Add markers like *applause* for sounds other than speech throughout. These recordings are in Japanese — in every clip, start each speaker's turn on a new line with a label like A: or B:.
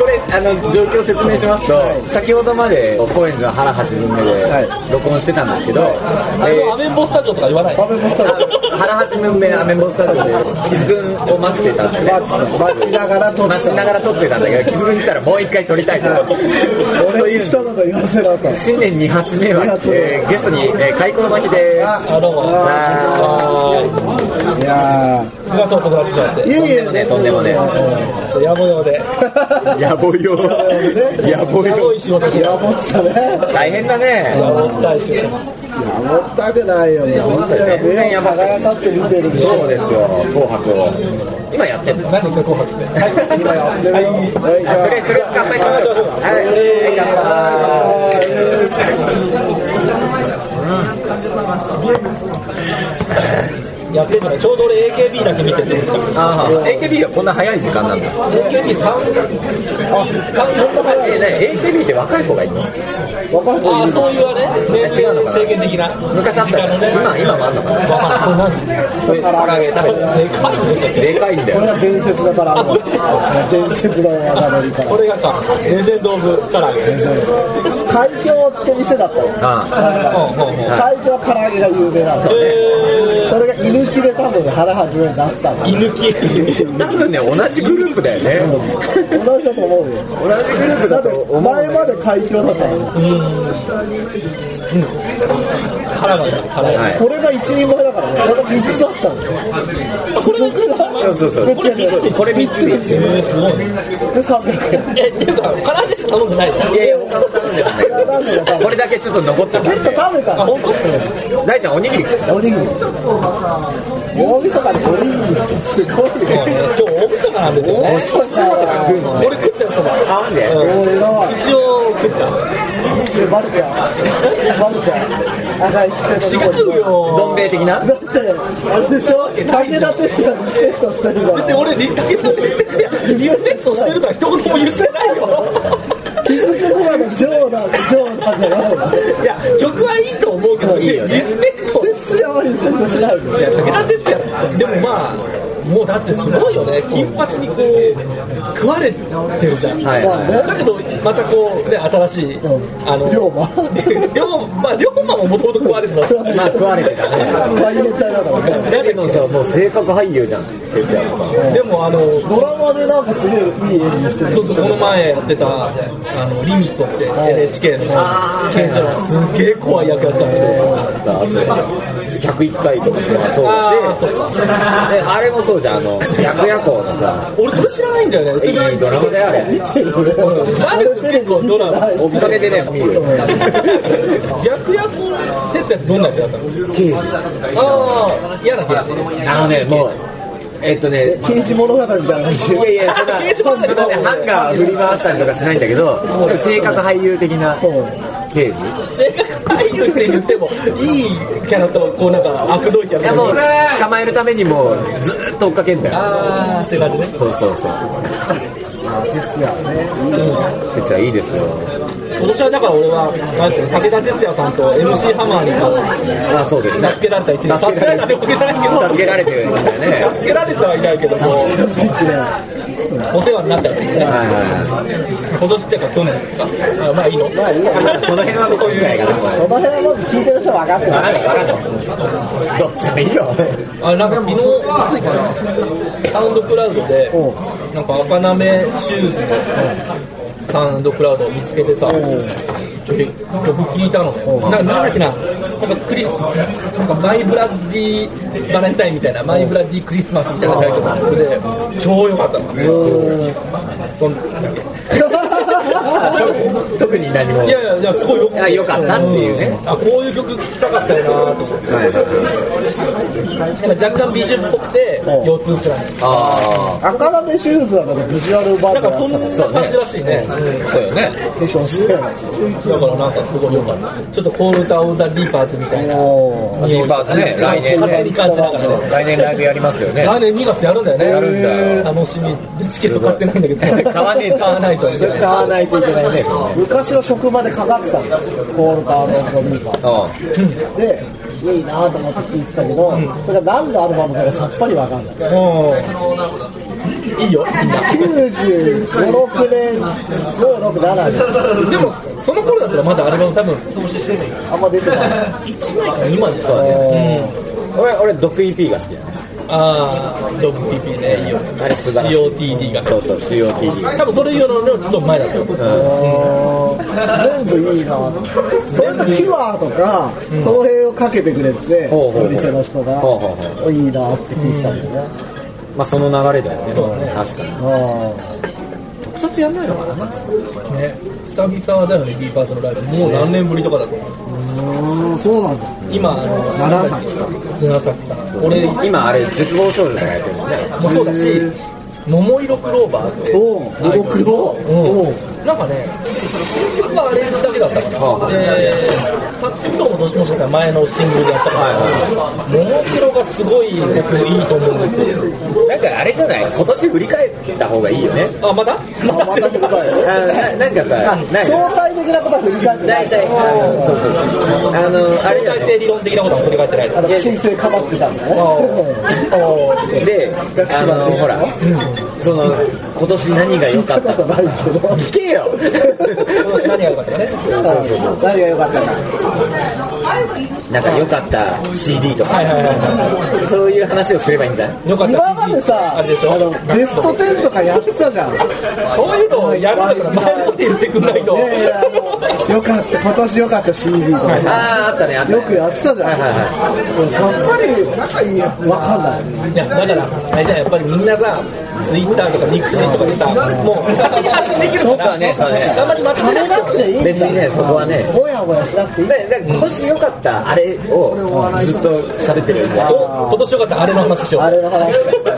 A: 状況を説明しますと、先ほどまで高円寺の腹8分目で録音してたんですけど、えー
B: アメンボスタジオとか言わない。
A: 腹八分目アメンボスタジオで木津君を待ってたんで
C: 待ちながら撮って
A: 待ちながら撮ってたんだけど木津君来たらもう一回撮りたいとと
C: 俺
A: い
C: に一
A: う
C: 言言わせろと
A: 新年2発目は、
C: 二発目
A: えーゲストに、えー開口の日です
B: あ、どうも。あ
C: いや
B: ー、すがそう、そこなってしまって
C: ーい。えいえ
A: ねとんでもね
B: 野暮用で。
A: やぼよやぼ
B: 野暮い仕事しよ
C: やぼったね
A: 大変だ
B: う。
A: ね
B: 野暮ったい仕事。
C: やぼったくないよもう本当に目を輝かせて見てるでしょ
A: そうですよ紅白を今やってんの
B: 何ですか、紅白って。はい、
C: 今やってるよはいじゃあ
A: とりあえずとりあえず乾杯しましょうはい、
B: やってるのねちょうど俺 AKB だけ見てて。
A: あー AKB はこんな早い時間なんだ
B: AKB3、あ、3、そんな前
A: え何 AKB って若い子がいるの
C: 若い子
B: あ
C: い
B: ー、
C: る
B: そういうあれ
A: 違
B: 年
A: うのかな
B: 齢制限的な。
A: 昔あったじゃん今今もあんのかな
B: わかんないこれ何
A: 唐揚げ食べて
B: でかいね。
A: でかいんだ
C: これ
A: よ
C: は伝説だからもう伝説だよ若鳥から
B: これがか、レジェンド・オブ・唐揚げ。うん、うん、
C: 海峡って店だったよ
A: あ
B: うん。
C: 海峡は唐揚げが有名なのそ
B: え
C: れが居抜きで多分腹始めになったの
B: ー、居抜き。
A: あ多分ね同じグループだよね
C: 同じだと思うよ
A: 同じグループ
C: だ
A: だ
C: って
A: と思う
C: 前まで海峡だったの
B: 腹がね、腹が
A: は
B: ね。
A: い
C: これが一人前だからねこれが三つあったの
B: あこれがいくら
A: そうそう
C: これ三つ
A: これ3つで一緒
B: えー、すごい。
C: で300円
B: え、っていうか、唐揚げしか頼んでないの
A: いやいや他の頼んでるんだけどこれだけちょっと残ってた
C: 結
A: んで
C: 構食べた
B: あ、
C: の
B: 本当
A: 大ちゃんおにぎり食った
C: おにぎり
B: 今日大晦
C: 大晦日におにぎりってすごいね
B: 日なんですよね
A: 年越しそばとか食うの
B: 俺食ったよそば
A: あなんで
C: おいら
B: 一応食った
C: いバルちゃんバルちゃん赤い季節の
B: 違うよ
A: どん兵衛的な
C: だってあれでしょ武田鉄矢リセットしてるか
B: 別に
C: ら
B: 俺リスタケさんって言ってるやんリストしてるとは一言も言ってないよ
C: 気づくとこまで冗談冗談じゃないの
B: いや曲はいいと思うけどいいよ、リスペクトい
C: 鉄矢はリセットしないの
B: や武田鉄矢でもまあもうだってすごいよね金八にこう食われてるじゃん、
A: はいはい
B: だけどまたこうね新しい、
C: うん
B: あの
C: 龍馬
B: *laughs* 龍馬まあ龍馬ももともと食われてた
A: まあ食われてたね
C: 大変態だからね
A: でもさもう性格俳優じゃん哲也さん
B: でもあの
C: ドラマでなんかすげえいい演技してる
B: そうそうこの前やってた「あのリミット」って NHK の検証はすげえ怖い役やったんですよ
A: あと101回とかもそう
B: あ
A: だし
B: ーそっか
A: であれもそうじゃんあの白夜行のさ
B: 俺それ知らないんだよねそ
A: い
B: れ
A: いドラマだよあれ
C: 見てる俺
B: あれ結構ドラマ
A: おかげでね見るよ
B: 逆役ってやつどんな役だったの
A: 刑事
B: ああ嫌な刑事
A: あのねもうえっとね
C: 刑事物語みたいな感じ
A: いやいやそんな
B: 刑事
A: そ
B: 物
A: ん
B: 語
A: なねハンガー振り回したりとかしないんだけど性格俳優的な刑事
B: 性格俳優って言ってもいいキャラとこうなんか悪どいキャ
A: いや
B: ラ
A: もう
B: と
A: 捕まえるためにもうずーっと追っかけんだよ
B: ああって感じね
A: そうそうそう
C: 鉄矢ねいい
A: 哲也いいですよ
B: 今年はだから俺はあれですね武田鉄矢さんと MC ハマーにこ
A: あそうです
B: う
A: ね
B: 助けられた一年
A: 助
B: 助
A: け
B: け
A: られ
B: られ
A: た
B: たってわけじゃ
A: 助けられてるんですよねはい
B: ないけど助けられてはいないけども
C: ピッチね
B: お世話になったやつですね
A: はいは
B: 今年っていうか去年ですかあまあいいの
C: まあいい
A: い
C: や
A: その辺はこういうぐらいかなこ
C: その辺は僕聞いてる人は分かって
A: れ
C: ない
A: わかんないわかんないどっちでもいいよ
B: あなんか昨日いついかなサウンドクラウドで
C: おう
B: なんか赤なめシューズのサウンドクラウドを見つけてさで曲聴いたのねなんかなんだっけななんかクリなんかマイブラッディバレンタインみたいなマイブラッディクリスマスみたいなタイトルの曲で超良かったのそんなんだっけ
A: 特に何も
B: いやいやいやすごいよく
A: あ良かったっていうね
B: あこういう曲聴きたかったよなと思って
A: はいはい
B: なんか若干美人っぽくて腰痛じゃない
A: あ
C: 赤なめシューズだからビジュアルバ
B: な
C: ン
B: ん
C: ド
B: かそ
C: や
B: ん
C: つ
B: な感じらしいね
A: あそうよね
C: 化粧して
B: だからなんかすごい良かったちょっとコールダウン・ザ・ディーパーズみたいな
C: お
A: ディーパーズね来年
B: 語り
A: ね
B: 感じながらね
A: 来年ライブやりますよね
B: 来年2月やるんだよね
A: やるんだよ
B: 楽しみでチケット買ってないんだけ
A: *laughs*
B: ど
A: 買わねえと
B: 買わないとね
A: 買わないといけないね
C: 昔の職場でかかってたんですよコールターのミーパー
A: あ
C: でいいなと思って聞いてたけどそれが何のアルバムかがさっぱり分かんない
B: もういいよみんな
C: 95、6年、5、6、7で、
B: でもその頃だったらまだアルバム多分
C: あんま出てない。
B: 1枚か2枚でさ、うん、
A: 俺、俺、ドク EP が好きやね
B: ああドッグ PP ねいいよ
A: あれ素晴らしい
B: COTD が
A: そうそう、COTD が。
B: 多分それよりもちょっと前だと思う
C: 全部いいなそれとキュアとか、その辺をかけてくれてて、
A: ほうほうほう
C: お店の人が、
A: ほうほう
C: いいなって聞いてたんだよね。
A: まあ、その流れだよね。確かに。
C: あ
A: 特撮やんないのかな
B: ね久々だよね B パーツのライブもう何年ぶりとかだと思う
C: ーうん、そうなんだ。
B: 今あの
C: 長崎さん。
B: 長崎さん俺
A: 今、あれ、絶望少女とかやってるもんね。
B: もそうだし桃色クローバーって
C: おう、動くよ。おう
B: なんかね、新曲はアレンジだけだったかな、
A: はあ
B: でさっきとも年もしかしたら前のシングルだったから、ももクロがすごい僕いいと思うんですよ、
A: なんかあれじゃない今年振り返った方がいいよね。
B: あ、まだまだ
C: また来るか
A: あ
C: よ。
A: ななんかさ、ない
C: 相対的なことは振り返ってない
A: 大。体、あのそうそうそう。あの、あれじゃな
B: 相
A: い
B: 対性理論的なことは振り返ってないです
C: あの申請かばってたんだね。
A: で、あの、ほら、その、今年何が良か
C: 聞
A: っ
C: いた
A: た
C: こと
A: か。
C: ないけど。
A: 聞けよ
B: 今年何が良かったかね、
C: 何が良かったか。
A: *laughs* なんか良かった CD と
B: はい
A: か、
B: はいは
A: そういう話をすればいいんじゃない
B: い、よかったし
C: 今までさ、
B: あれでしょ
C: あのベスト10とかやってたじゃん。
B: そういうのをやるんだから、前もって言ってくんないと
C: い。やいや、あの、よかった、今年よかった CD とかさ、
A: ああ、あったね、あったね。
C: よくやってたじゃん。
A: はいはい
C: さっぱり、仲いいやつ。わかんない。
B: いやだから、あれじゃんやっぱりみんなさ、ツイッターとかミクシーとかでさ、もう、勝手に発信できるから、
A: そうだねそうだね
B: あんまりまとめ
C: 食
B: なくて
C: べなくていいんだ
A: 別にねそこはね
C: もやもやしなくていい。
A: でで今年良かったあれをずっと喋ってるみたい
B: お今年よかったあれの話しよ
C: あ
B: う
C: れの話。
A: ない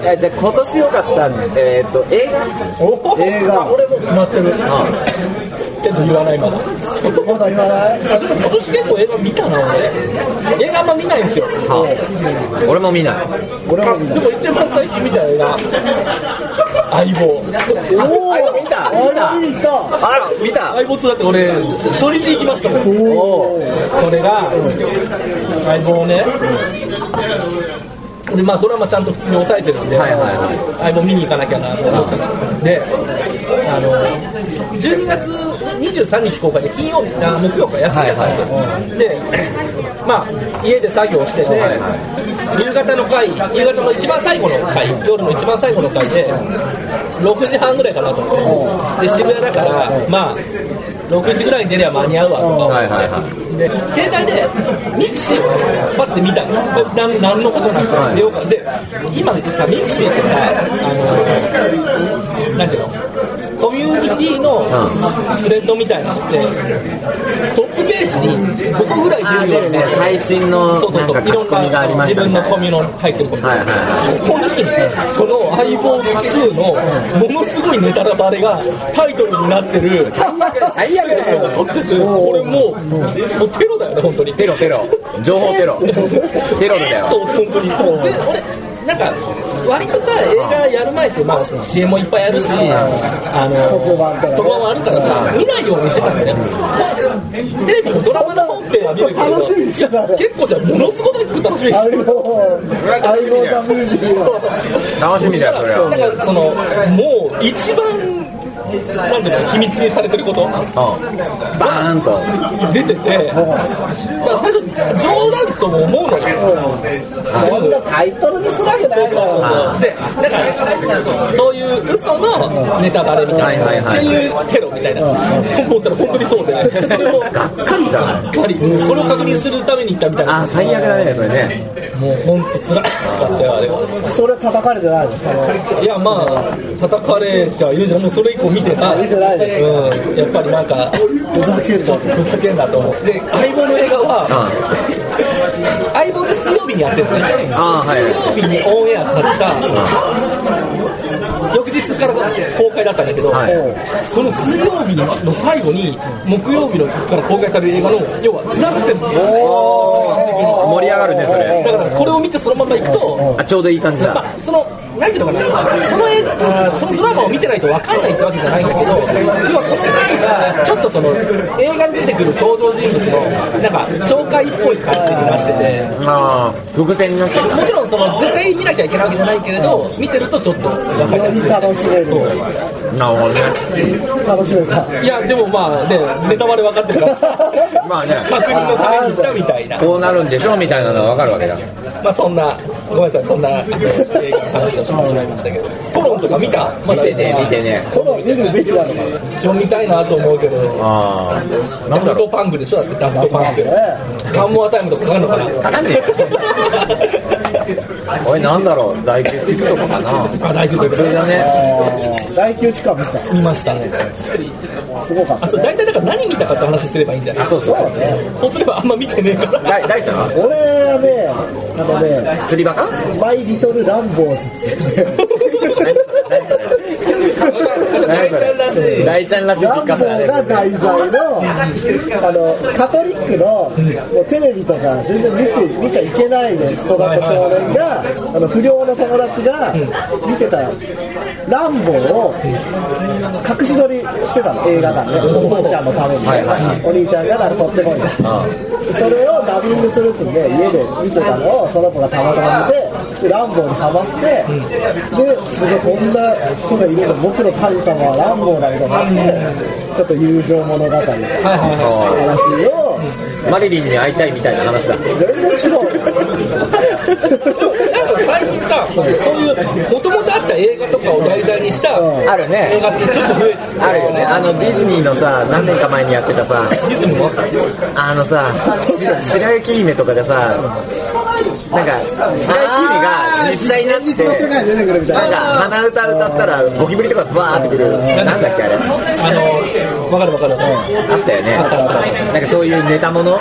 A: やじゃあ今年良かった、えー、と映
B: お
C: 映画
B: あ俺もう決まってる、けど言わないまだ
C: *laughs* まだ言わない
B: あでも今年結構映画見たな俺映画あんま見ないんですよ
A: 画、俺も見ない
C: 俺も見
B: でも一番最近見た映画
A: あ見た見た
B: 相棒
C: おあ見に行った。
A: あら見た
B: 相棒2だって俺初日行きましたもん
C: おー
B: それが相棒をね俺まあドラマちゃんと普通に抑えてるんで、
A: はいはいは
B: 相棒見に行かなきゃなと思ってたであの12月23日公開で金曜日あ木曜か休みだったんですよ、でまあ家で作業してて、
A: はいは
B: 夕方の回夕方の一番最後の回夜の一番最後の回で6時半ぐらいかなと思ってで渋谷だからまあ6時ぐらいに出れば間に合うわとか思って
A: はいはいはい
B: で携帯でミクシーをパッて見たのなんなんのことなく
A: はい
B: 出ようかで今さミクシーってさあのなんていうのコミュニティのスレッドみたいなのってトップページに5個ぐらい
A: あ
B: 出る
A: 出
B: よう
A: る
B: な
A: ね最新の
B: そうそう
A: なん
B: そ
A: か
B: うい
A: 書
B: ろ
A: き
B: ん
A: 込みがあり
B: な
A: まし
B: 自
A: た
B: 分
A: み
B: の
A: たいな
B: コミュの入ってるコミュ
A: はいはいは
B: そこにその相棒2のものすごいネタラバレがタイトルになってる
A: 最悪だよ
B: 撮っててこれもうもうテロだよね本当に
A: テロテロ情報テ *laughs* ロテロだよ
B: 本当にもうぜ俺なんか割とさ映画やる前ってまあ CM もいっぱいあるしあの
C: 特番とかね
B: 特番もあるからさ見ないようにしてたんだよねテレビのドラマの本編は見るけど
C: 楽しみにしてたね
B: 結構じゃあものすごく楽しみにしてた
C: あの、相棒さん見に行った。
A: 楽しみだよそれは
B: なんかそのもう一番なんていうの秘密にされてること
A: うんバーンと
B: 出ててだから最初冗談とも思うのよ
C: そんなタイトルにするわけないだろ。
B: でだからそういう嘘のネタバレみたいな、
A: はいはいはい
B: っていうテロみたいな、と思ったら本当にそうでそれも
A: がっかりじゃない
B: がっかりそれを確認するために行ったみたいな
A: あー最悪だねそれね
B: もう本当つらかったよあれは
C: それは叩かれてないの。その
B: いやまあ叩かれてはいるじゃんもうそれ以降見てさ
C: 見てないね
B: うん、やっぱりなんか
C: ふざける
B: ち
C: と
B: ょっ。とふざけんなと思ってで相棒の映画は相棒って水曜日にやってるのね
A: あーはい
B: 水曜日にオンエアされた翌日から公開だったんだけど、
A: はい
B: その水曜日の最後に木曜日のから公開される映画の要はつながってるんですよ
A: 盛り上がるねそれ
B: だからこれを見てそのまま行くと
A: あちょうどいい感じ
B: ま
A: だ
B: あ、その、なんていうのかな、その映画、あーそのドラマを見てないと分かんないってわけじゃないんだけど、要はその回が、からちょっとその映画に出てくる登場人物のなんか紹介っぽい感じになってて。
A: あー伏線になってる
B: もちろんその絶対見なきゃいけないわけじゃないけれど見てるとちょっと分かりやすい
C: 楽しめる
B: そう
A: なるほどね
C: 楽しめた
B: いやでもまあねネタバレ分かってるから
A: まあね
B: 確認のために行ったみたいな
A: こうなるんでしょみたいなのは分かるわけだ
B: まあそんなごめんなさいそんなあの映画の話をしてしまいましたけどトロンとか見たま
A: 見
B: だ
A: てね見てね
C: この見るべきなのかな
B: 一応見たいなと思うけど
A: ああ
B: ダ
A: なんだろ
B: フトパンクでしょだってダフトパンクハンモアタイムとかかかるのか
A: うか
B: な
A: かんねえよおいなんだろう大吉聞くとかかな
B: *laughs* あ大丈夫
A: 普通だね
C: 大宮地下みたい
B: 見ましたね
C: すごかっ
B: あ
C: た
B: そう大体だから何見たかって話すればいいんじゃない
A: あそうそうそう
B: そうすればあんま見てねえから
A: 大大ちゃんは
C: 俺はねあのね
A: 釣りバカ
C: マイリトルランボーズっていうね
B: 大体らしい
A: 大ちゃんらしい
C: ラ
A: 聞
C: ン
A: き
C: ボ
A: 方
C: ーが
A: だ
C: 題
A: ね
C: 材のあのカトリックのもうテレビとか全然見て見ちゃいけないで育った少年があの不良の友達が見てたランボーを隠し撮りしてたの映画館でお兄ちゃんのために
A: はいは
C: お兄ちゃんがなんか撮ってこいとそれをダビングするっつうんで家で見せたのをその子がたまたま見てでランボーにハマってですごいこんな人がいるの僕の神様はランボーなんだなってちょっと友情物語の話
B: はいはいはい
C: を
A: マリリンに会いたいみたいな話だ
C: 全然違う
B: なんか最近さ、そういう、もともとあった映画とかを題材にした
A: あるね
B: 映画ってちょっと増えて
A: あるよねあのディズニーのさ何年か前にやってたさ
B: ディズニーもあった
A: あのさ白白雪姫とかでさなんか白雪姫が実際になって
C: 世界に出てくるみた
A: ないんか
C: な
A: 鼻歌歌ったらゴキブリとかバーってくるなんだっけあれあ
B: あの、わかるわかる。
A: ったよねなんかそういうネタもの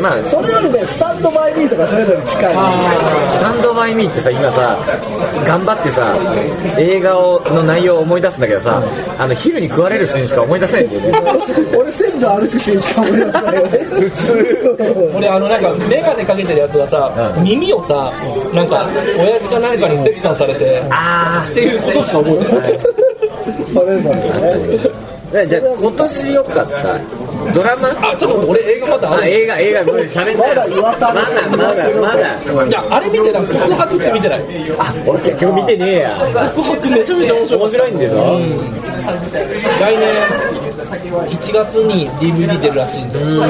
A: まあ
C: それよりねスタンドバイミーとかそういうのに近い
A: スタンドバイミーってさ、今さ、頑張ってさ、映画をの内容を思い出すんだけどさ、あの昼に食われるシーンしか思い出せないんだよね。
C: 俺全部歩くシーンしか思い出せないよね普通
B: 俺、あの、なんか、メガネかけてるやつがさ、耳をさ、なんか、親父か何かに折檻されて、
A: あ
B: っていうことしか覚えてない。
C: それぞれね
A: あ、じゃあ今年良かった、ドラマ
B: あ、ちょっと待って、俺映画またあ
A: あ、
B: る。
A: 映画、映画、ごめん、喋んない。
C: まだ噂
A: まだ、まだ、まだ。
B: いや、あれ見てなくて、告白って見てない。
A: あ、俺結局見てねえや。
B: 告白めちゃめちゃ面白い。
A: 面白いんでしょ
B: 来年1月に DVD 出るらしいんで、ま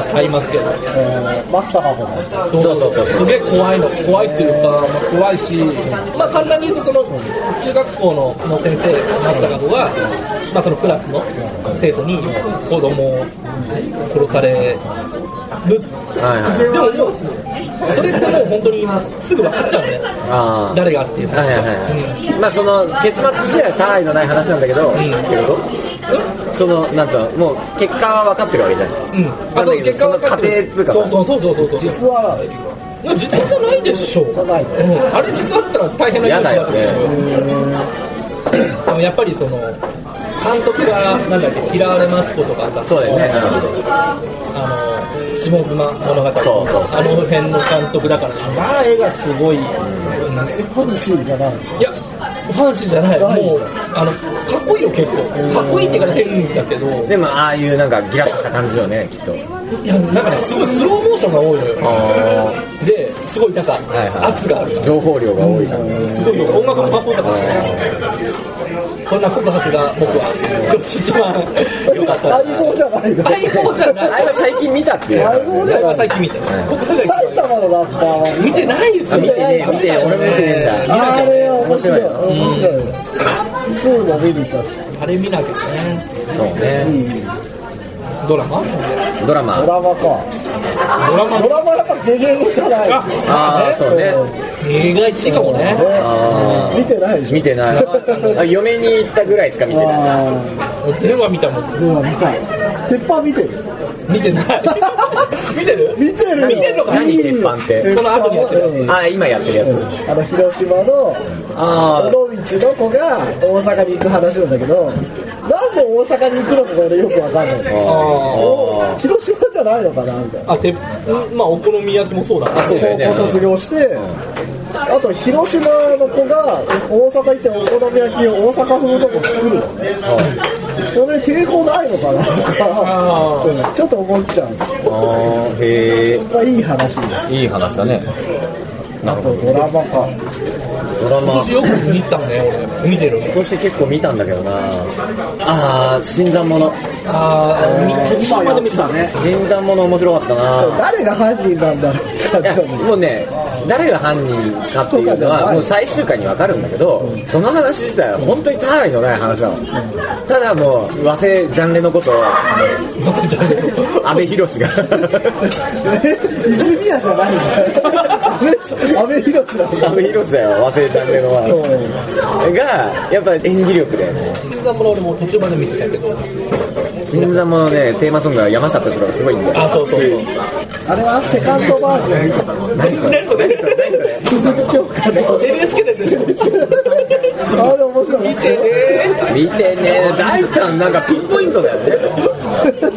B: あ、買いますけど、
C: えーマスターも
B: そう
A: そうそうそう
B: すげえ怖いの、怖いっていうか、まあ、怖いし、まあ、簡単に言うと、その中学校のの先生、マスターが、まあ、そのクラスの生徒に子供を殺される、
A: はいはい。
B: でももう、それってもう本当にすぐ分かっちゃうね、
A: あー
B: 誰がっていうの
A: はいはいはいはい。まあその、結末自体は他愛のない話なんだけど、ってことその、なんつうの、もう結果は分かってるわけじゃん。
B: うん、あそう結果は分かってる
A: その過程っていうかさ
B: そうそうそうそうそうそう
C: 実は
B: でも実話じゃないでしょう、
C: ない
B: うんあれ実話だったら大変なニュースだと思うでもやっぱりその監督がなんだっけ嫌われマツコとかさ
A: そうだよね。うん
B: あの下妻物語
A: そうそう
B: あの辺の監督だからまあ絵がすごい、い
C: ポジシーじゃない
B: やファンシーじゃない
C: ない
B: もうあのかっこいいよ結構かっこいいって言い方変だけど
A: でもああいうなんかギラッとした感じよねきっと
B: いやなんかねすごいスローモーションが多いのよですごいなんか、
A: いはい
B: 圧がある
A: 情報量が多い感じ
B: すごいよ音楽もかっこよかったしねそんな告白が僕は今年一番良かった
C: 相棒じゃないの
B: 相棒じゃ
A: あ
B: ない
A: れは最近見たっていう
C: 相棒じ
B: だ
C: ゃ
B: い
C: ない
B: ぶ最近見て告白が
C: 埼玉のラッパーは
B: 見てないです
A: あ
B: よ
A: 見てねえ見てねえ俺も見てねえんだ
C: あれは面白い面白い2も見に行ったし
B: あれ見なきゃね
A: そうね
C: いい
B: ドラマ
A: ドラマ
C: ドラマか
B: ドラマ
C: ドラマやっぱゲゲゲじゃない
B: あ
A: ああそうね
B: 映画1位かもね
A: あ
C: 見てないで
A: ー
C: しょ
A: 見てないあ嫁に行ったぐらいしか見てない
C: あ
B: 全話見たもん
C: ーズーは見たい鉄板見てる
B: 見てない見てる
C: 見てるよ
B: 見てるのか
A: 何鉄板って
B: その後にやってる
C: うん
A: あー今やってるやつ
C: あの広島の
A: あ
C: 尾道の子が大阪に行く話なんだけどなんで大阪に行くのかが俺よくわかんない
A: あー
C: お広島じゃないのかなみたいな
B: あてまあお好み焼きもそうだな
A: あそうだよね
C: 高校卒業してあと広島の子が大阪行ってお好み焼きを大阪風の子作るの
A: うん
C: それ抵抗ないのかなと
B: あ
C: か、うんちょっと思っちゃう、
A: あーへえ
C: まあ、いい話です
A: いい話だねなるほど
C: ドラマか
A: ドラマ
B: 私よく見たね俺見てる
A: 今年結構見たんだけどなああ新参者
B: ああ見て
C: 今やってたね
A: 新参者面白かったな
C: 誰が犯人なんだろうって感
A: いや
C: じだもん
A: もうね誰が犯人かっていうのはもう最終回に分かるんだけどその話自体は本当にたわいのない話なのただもう和製ジャンルのことを阿部寛が
C: え泉谷じゃないんだよ安倍博士なんだ
A: 阿部寛だよ和製ジャンルのはがやっぱ演技力で
B: 新参者俺もう途中まで見てたけど
A: 新参者のねテーマソングは山里とかがすごいんだよ
B: あそうそうそう
C: あれはセカンドバージョン見たの
A: 何それ何それ何それ
C: 鈴木京香の
B: NHK のやつでしょ
C: あれ面白かった
A: 見てね大ちゃんなんかピンポイントだよね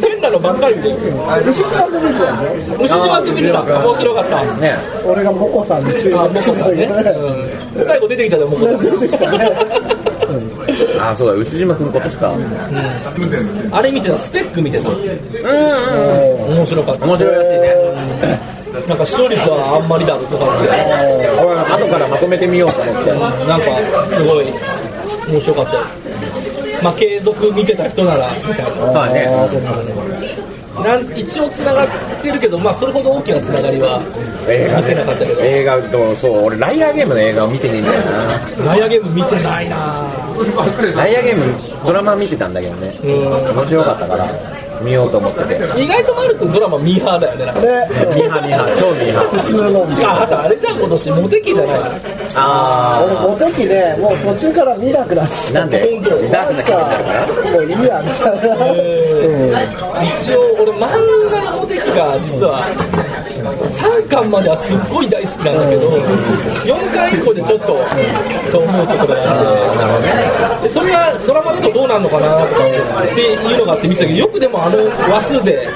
B: 変なのばっかり見てる
C: 西島君見てたでし
B: 虫島って見てた面白かった
A: ね
C: ょ俺がモコさんに注
B: あモコ
C: 目して
B: さん
C: たけ
B: ね、
C: どね
B: うん、最後出てきたじゃんモコさん
C: 出てきたね
A: ああそうだ牛島君今年か
B: あれ見てたスペック見てた面白かった
A: 面白いらしいね
B: なんか視聴率はあんまりだとかって
A: 俺後からまとめてみようと思って
B: なんかすごい面白かったよまあ継続見てた人ならみたいな
A: まあね
B: なん一応つながってるけどまあそれほど大きなつながりは
A: 映画
B: 見せなかったけど
A: 映画とそう俺ライアーゲームの映画を見てねえんだよ
B: ライアーゲーム見てないな
A: なライアーゲームドラマ見てたんだけどね
B: うん
A: 面白かったから見ようと思ってて
B: 意外とマル君ドラマミーハーだよねなんか
A: ミーハーミーハー超ミーハ
C: 普通の
B: ああとあれじゃん今年モテ期じゃない
A: ーあ
C: 俺モテ期ねもう途中から見なくなって
A: あ
C: た
A: なんでダークな気になるから
C: なんかもういいやみたいな、うん
B: 一応俺漫画のモテ期が実は3巻まではすっごい大好きなんだけど4巻以降でちょっとと思うところがあってでそれがドラマだとどうなるのかなとかっていうのがあって見てたけどよくでもあの話数で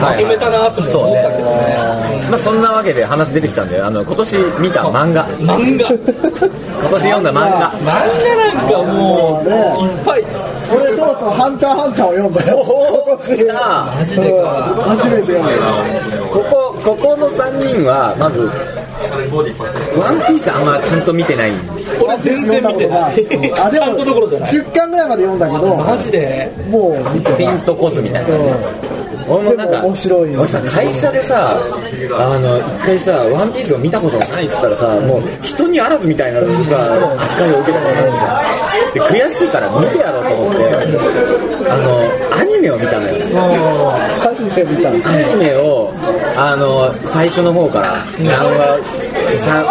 B: まとめたなとも思ったけどね
A: まあそんなわけで話出てきたんであの今年見た漫画
B: 漫画
A: 今年読んだ漫画
B: 漫画なんかもういっぱい
C: 俺とうとう「ハンターハンター」を読んだよ今年
A: 来た
C: マジで初めて読んだよ
A: ここここの3人はまず「ワンピースあんまちゃんと見てない
B: 俺全然見てない
C: あで
B: ちゃんとどころじゃ
C: も
B: ない
C: 10巻ぐらいまで読んだけど
B: マジで
C: もう見て
A: ピ
C: ない
A: ンとこずみたいな俺もなん
C: で
A: か
C: も面白いよ
A: 俺さ会社でさあの一回さ「ワンピースを見たことないって言ったらさもう人にあらずみたいなさ扱いを受けたことあるじゃんで悔しいから見てやろうと思ってあのアニメを見たのよ
C: アニメ見た
A: アニメをあの最初の方から何話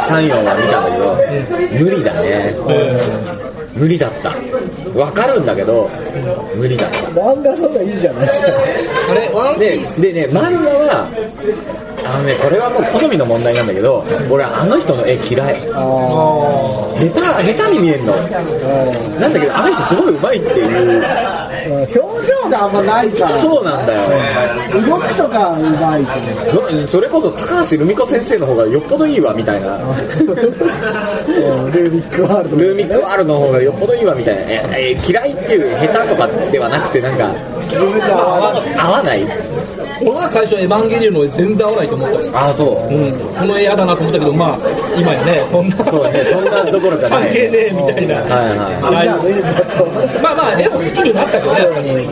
A: 34話見たんだけど無理だね無理だったわかるんだけど無理だった
C: 漫画の方がいいんじゃないですか
B: あれワン
A: ででね漫画はあのねこれはもう好みの問題なんだけど俺あの人の絵嫌い下手下手に見えるのなんだけどあの人すごいうまいっていう
C: 表情があんまないから
A: そうなんだよ
C: 動きとかうまいと思
A: そ
C: う
A: それこそ高橋留美子先生の方がよっぽどいいわみたいな
C: うんルービックワールド
A: ルーミックワールドの方がよっぽどいいわみたいなええ嫌いっていう下手とかではなくてなんか
C: 自分で合
A: 合
C: わ
A: わ合わない
B: 俺は最初エヴァンゲリオンの絵全然合わないと思ったもん
A: ああそう
B: うん、この絵嫌だなと思ったけど、まあ、今やね、そんな、
A: そうねそんなどころじゃない
B: 関係ねえみたいな、
A: はいは
C: ないじゃねえんだと
B: まあまあ、絵も好きになったけどね、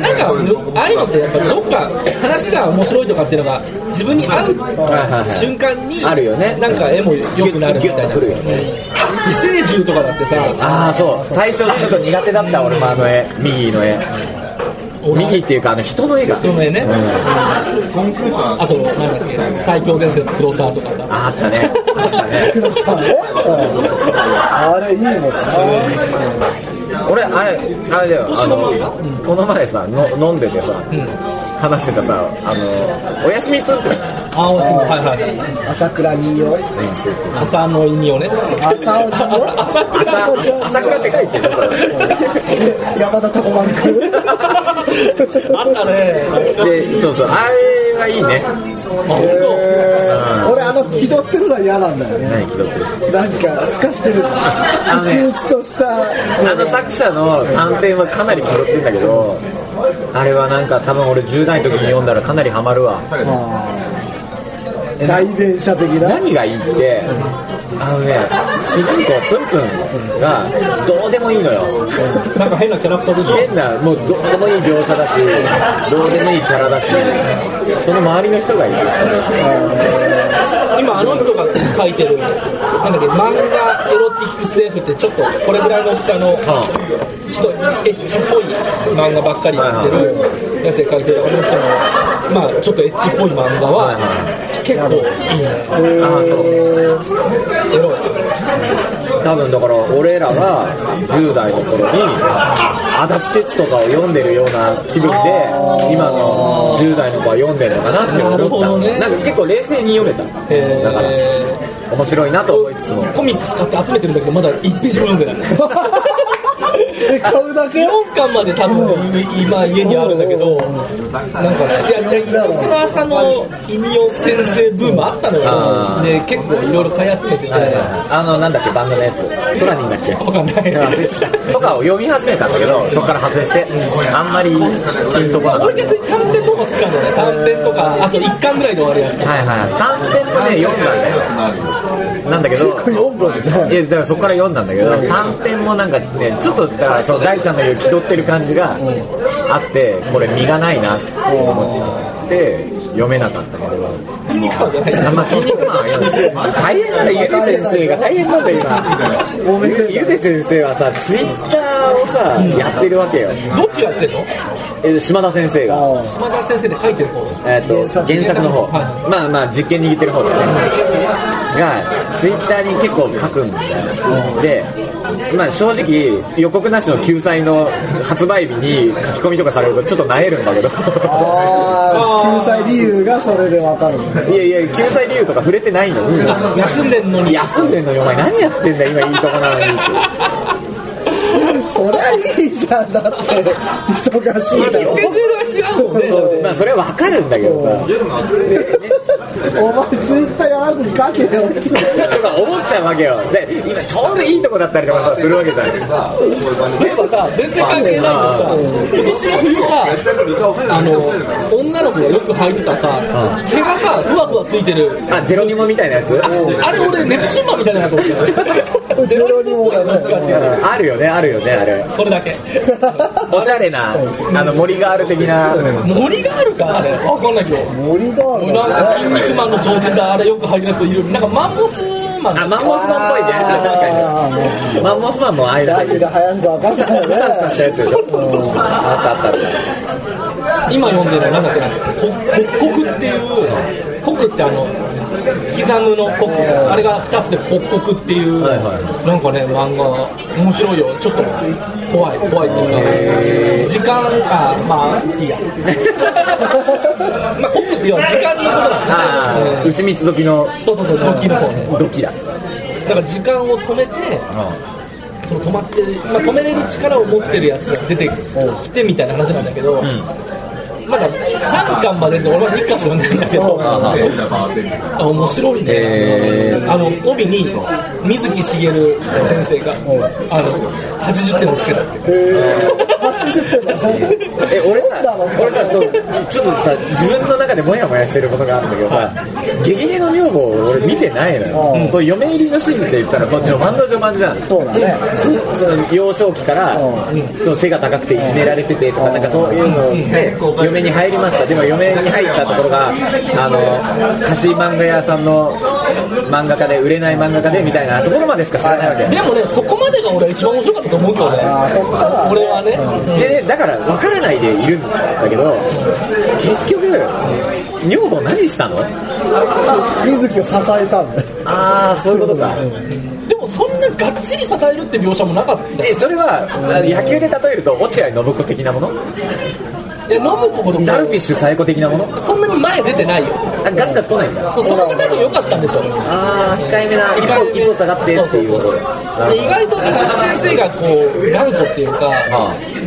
B: なんか、ああいうのって、やっぱどっか話が面白いとかっていうのが、自分に合う
A: はいはい
B: 瞬間に、
A: あるよね
B: なんか絵も良くなるみたいな、
A: ギュッとくるよ
B: うん寄生獣とかだって
A: い
B: さ、
A: ああそう最初ちょっと苦手だった俺もあの絵右の絵右っていうかあの人の絵が
B: その絵ね、あと、なんだっけ、最強伝説、黒沢とかさ。
A: ああったねあったね
C: 黒沢ねうんあれいいもんな
A: *laughs* 俺あれあれだよあのこの前さの飲んでてさ話してたさあのおやすみぷんぷん
B: 青のはいはい
C: 朝倉にいよ
B: 朝の意味をね
C: 朝鬼よ
A: 朝朝倉世界一でしょそれ
C: 山田たこまるくん
B: あったね
A: でそうそうあれはいいね
B: あ本当
C: 俺あの切り取ってるのは嫌なんだよね
A: 何気取ってる
C: なんか透かしてるう
A: のね
C: つうつとした
A: あの作者の短編はかなり気取ってんだけどあれはなんか多分俺10代の時に読んだらかなりハマるわえ
C: 大電車的な
A: 何がいいってあのね主人公プンプンがどうでもいいのよ
B: なんか変なキャラクターでしょ
A: 変なもうどうでもいい描写だしどうでもいいキャラだしその周りの人がいる
B: 今あの人が書いてるなんだっけ漫画エロティック SF ってちょっとこれぐらいの大きさのちょっとエッチっぽい漫画ばっかりやってるやつで書いてるあの人のまあちょっとエッチっぽい漫画
A: はい
B: は結構い
A: ああそう
B: いエロい
A: 多分だから俺らが10代の頃に足立鉄とかを読んでるような気分で今の10代の子は読んでるのかなって思っ
B: なるほ
A: た
B: どね
A: なんか結構冷静に読めた
B: えー
A: だから面白いなと思いつつも
B: コミックス買って集めてるんだけどまだ1ページも読んでない *laughs*
C: え買うだけ
B: 4巻まで多分今家にあるんだけどなんかねいやいや徳川さんの引用先生ブームあったの
A: あー
B: よで結構いろいろ買い集めてて
A: はいはいはいあのなんだっけバンドのやつソラニンだっけ
B: わかんない
A: 忘れちゃったとかを読み始めたんだけどそっから派生してあんまりいいとこなかっ
B: 俺逆に短編とか好きなんだよね短編とかあと1巻ぐらいで終わるやつ
A: たはいはい短編もね読んだんだよなんだけど
C: 読んどるね
A: いやだからそこから読んだんだけど短編もなんかねちょっとだからそう大ちゃんの言う気取ってる感じがあってこれ身がないなって思っちゃって読めなかったけど
B: 筋肉マンじゃない
A: あんま筋肉マンは読んでない大変なんだゆで先生が大変なんだ今
C: 揉めてんだ
A: ゆで先生はさツイッターをさやってるわけよ
B: どっちやってんの
A: え島田先生が
C: あ
B: 島田先生で書いてる方
A: えー、と原作の方、
B: は
A: まあまあ実験握ってる方だねがツイッターに結構書くんだよ、でまあ正直予告なしの救済の発売日に書き込みとかされるとちょっとなえるんだけど
C: あ救済理由がそれでわかる
A: いやいや救済理由とか触れてないのに
B: 休んでんのに
A: 休んでんのにお前何やってんだよ今いいとこなのにって
C: そりゃいいじゃんだって忙しいんだ
A: *laughs*
C: ろ
B: スケジュールが違うもんね
A: ま *laughs* あそれはわかるんだけどさ
C: お前ツイッターやらずに書けよって
A: *laughs* とか思っちゃうわけよで今ちょうどいいとこだったりとかさするわけじゃん
B: でもさ全然関係ないけどさ今年の冬さあの女の子がよく履いてたさ毛がさふわふわついてる
A: あジェロニモみたいなやつ
B: あれ俺ネプチューンマンみたいだなと思って *laughs* た
C: ジェロニモだね
A: うんあるよねあるよねあれ
B: それだけ
A: おしゃれなあの森ガール的な
B: 森があるかあれわかんないけど
C: 森だ
B: 俺なんか筋肉マンの超人だあれよく履いてる人いるなんかマンモスマン
A: あマンモスマンっぽいねあ確かにマンモスマンもああいうふ
C: 何が流行るかわかんない
A: *laughs*
C: よ
A: さふさしたやつでしょあったあったあっ
B: 今読んでるのなんだっけなこ国っていう国ってあの刻むの国あれが2つで国国っていう、
A: はいは
B: なんかね漫画面白いよちょっと怖い怖いっていうか時間かまあ
A: *laughs*
B: いいやまあ国っていうのは時間のこと
A: たあ
B: なんだ
A: あ
B: けど
A: 牛三つ時の
B: そうそうそう時の方ね
A: ドキだ
B: だから時間を止めてその止まってる、まあ、止めれる力を持ってるやつが出てきてみたいな話なんだけど、まだ3巻までで俺は2巻しか読んでないんだけど、あ面白いね、
A: へ
B: あの帯に水木しげる先生が、あの80点をつけたっていう
C: 80点だね
A: え俺さ俺さそうちょっとさ自分の中でモヤモヤしてることがあるんだけどさ「激励の女房」を俺見てないのよ、
C: うん
A: そう嫁入りのシーンって言ったらもう序盤の序盤じゃん
C: そうだね
A: そその幼少期から
C: うん
A: そう背が高くていじめられててとかなんかそういうので嫁に入りましたでも嫁に入ったところがあの貸し漫画屋さんの漫画家で売れない漫画家でみたいなところまでしか知らないわけ
B: でもねそこまでが俺は一番面白かったと思うけどね
C: あーそっから
B: 俺はね、
A: でねだから分からないでいるんだけど結局女房何したの
C: 水木を支えたんだ
A: ああそういうことか
B: でもそんながっちり支えるって描写もなかった
A: えそれはあの野球で例えると落合信子的なもの
B: で信子ほど
A: ダルビッシュ最高的なもの
B: そんなに前出てないよ
A: あガツガツ来ないんだ
B: そうそこが多分良かったんでしょうね
A: ああ控えめな一歩一歩下がってっていうこと
B: で意外と水木先生がこう頑固っていうか、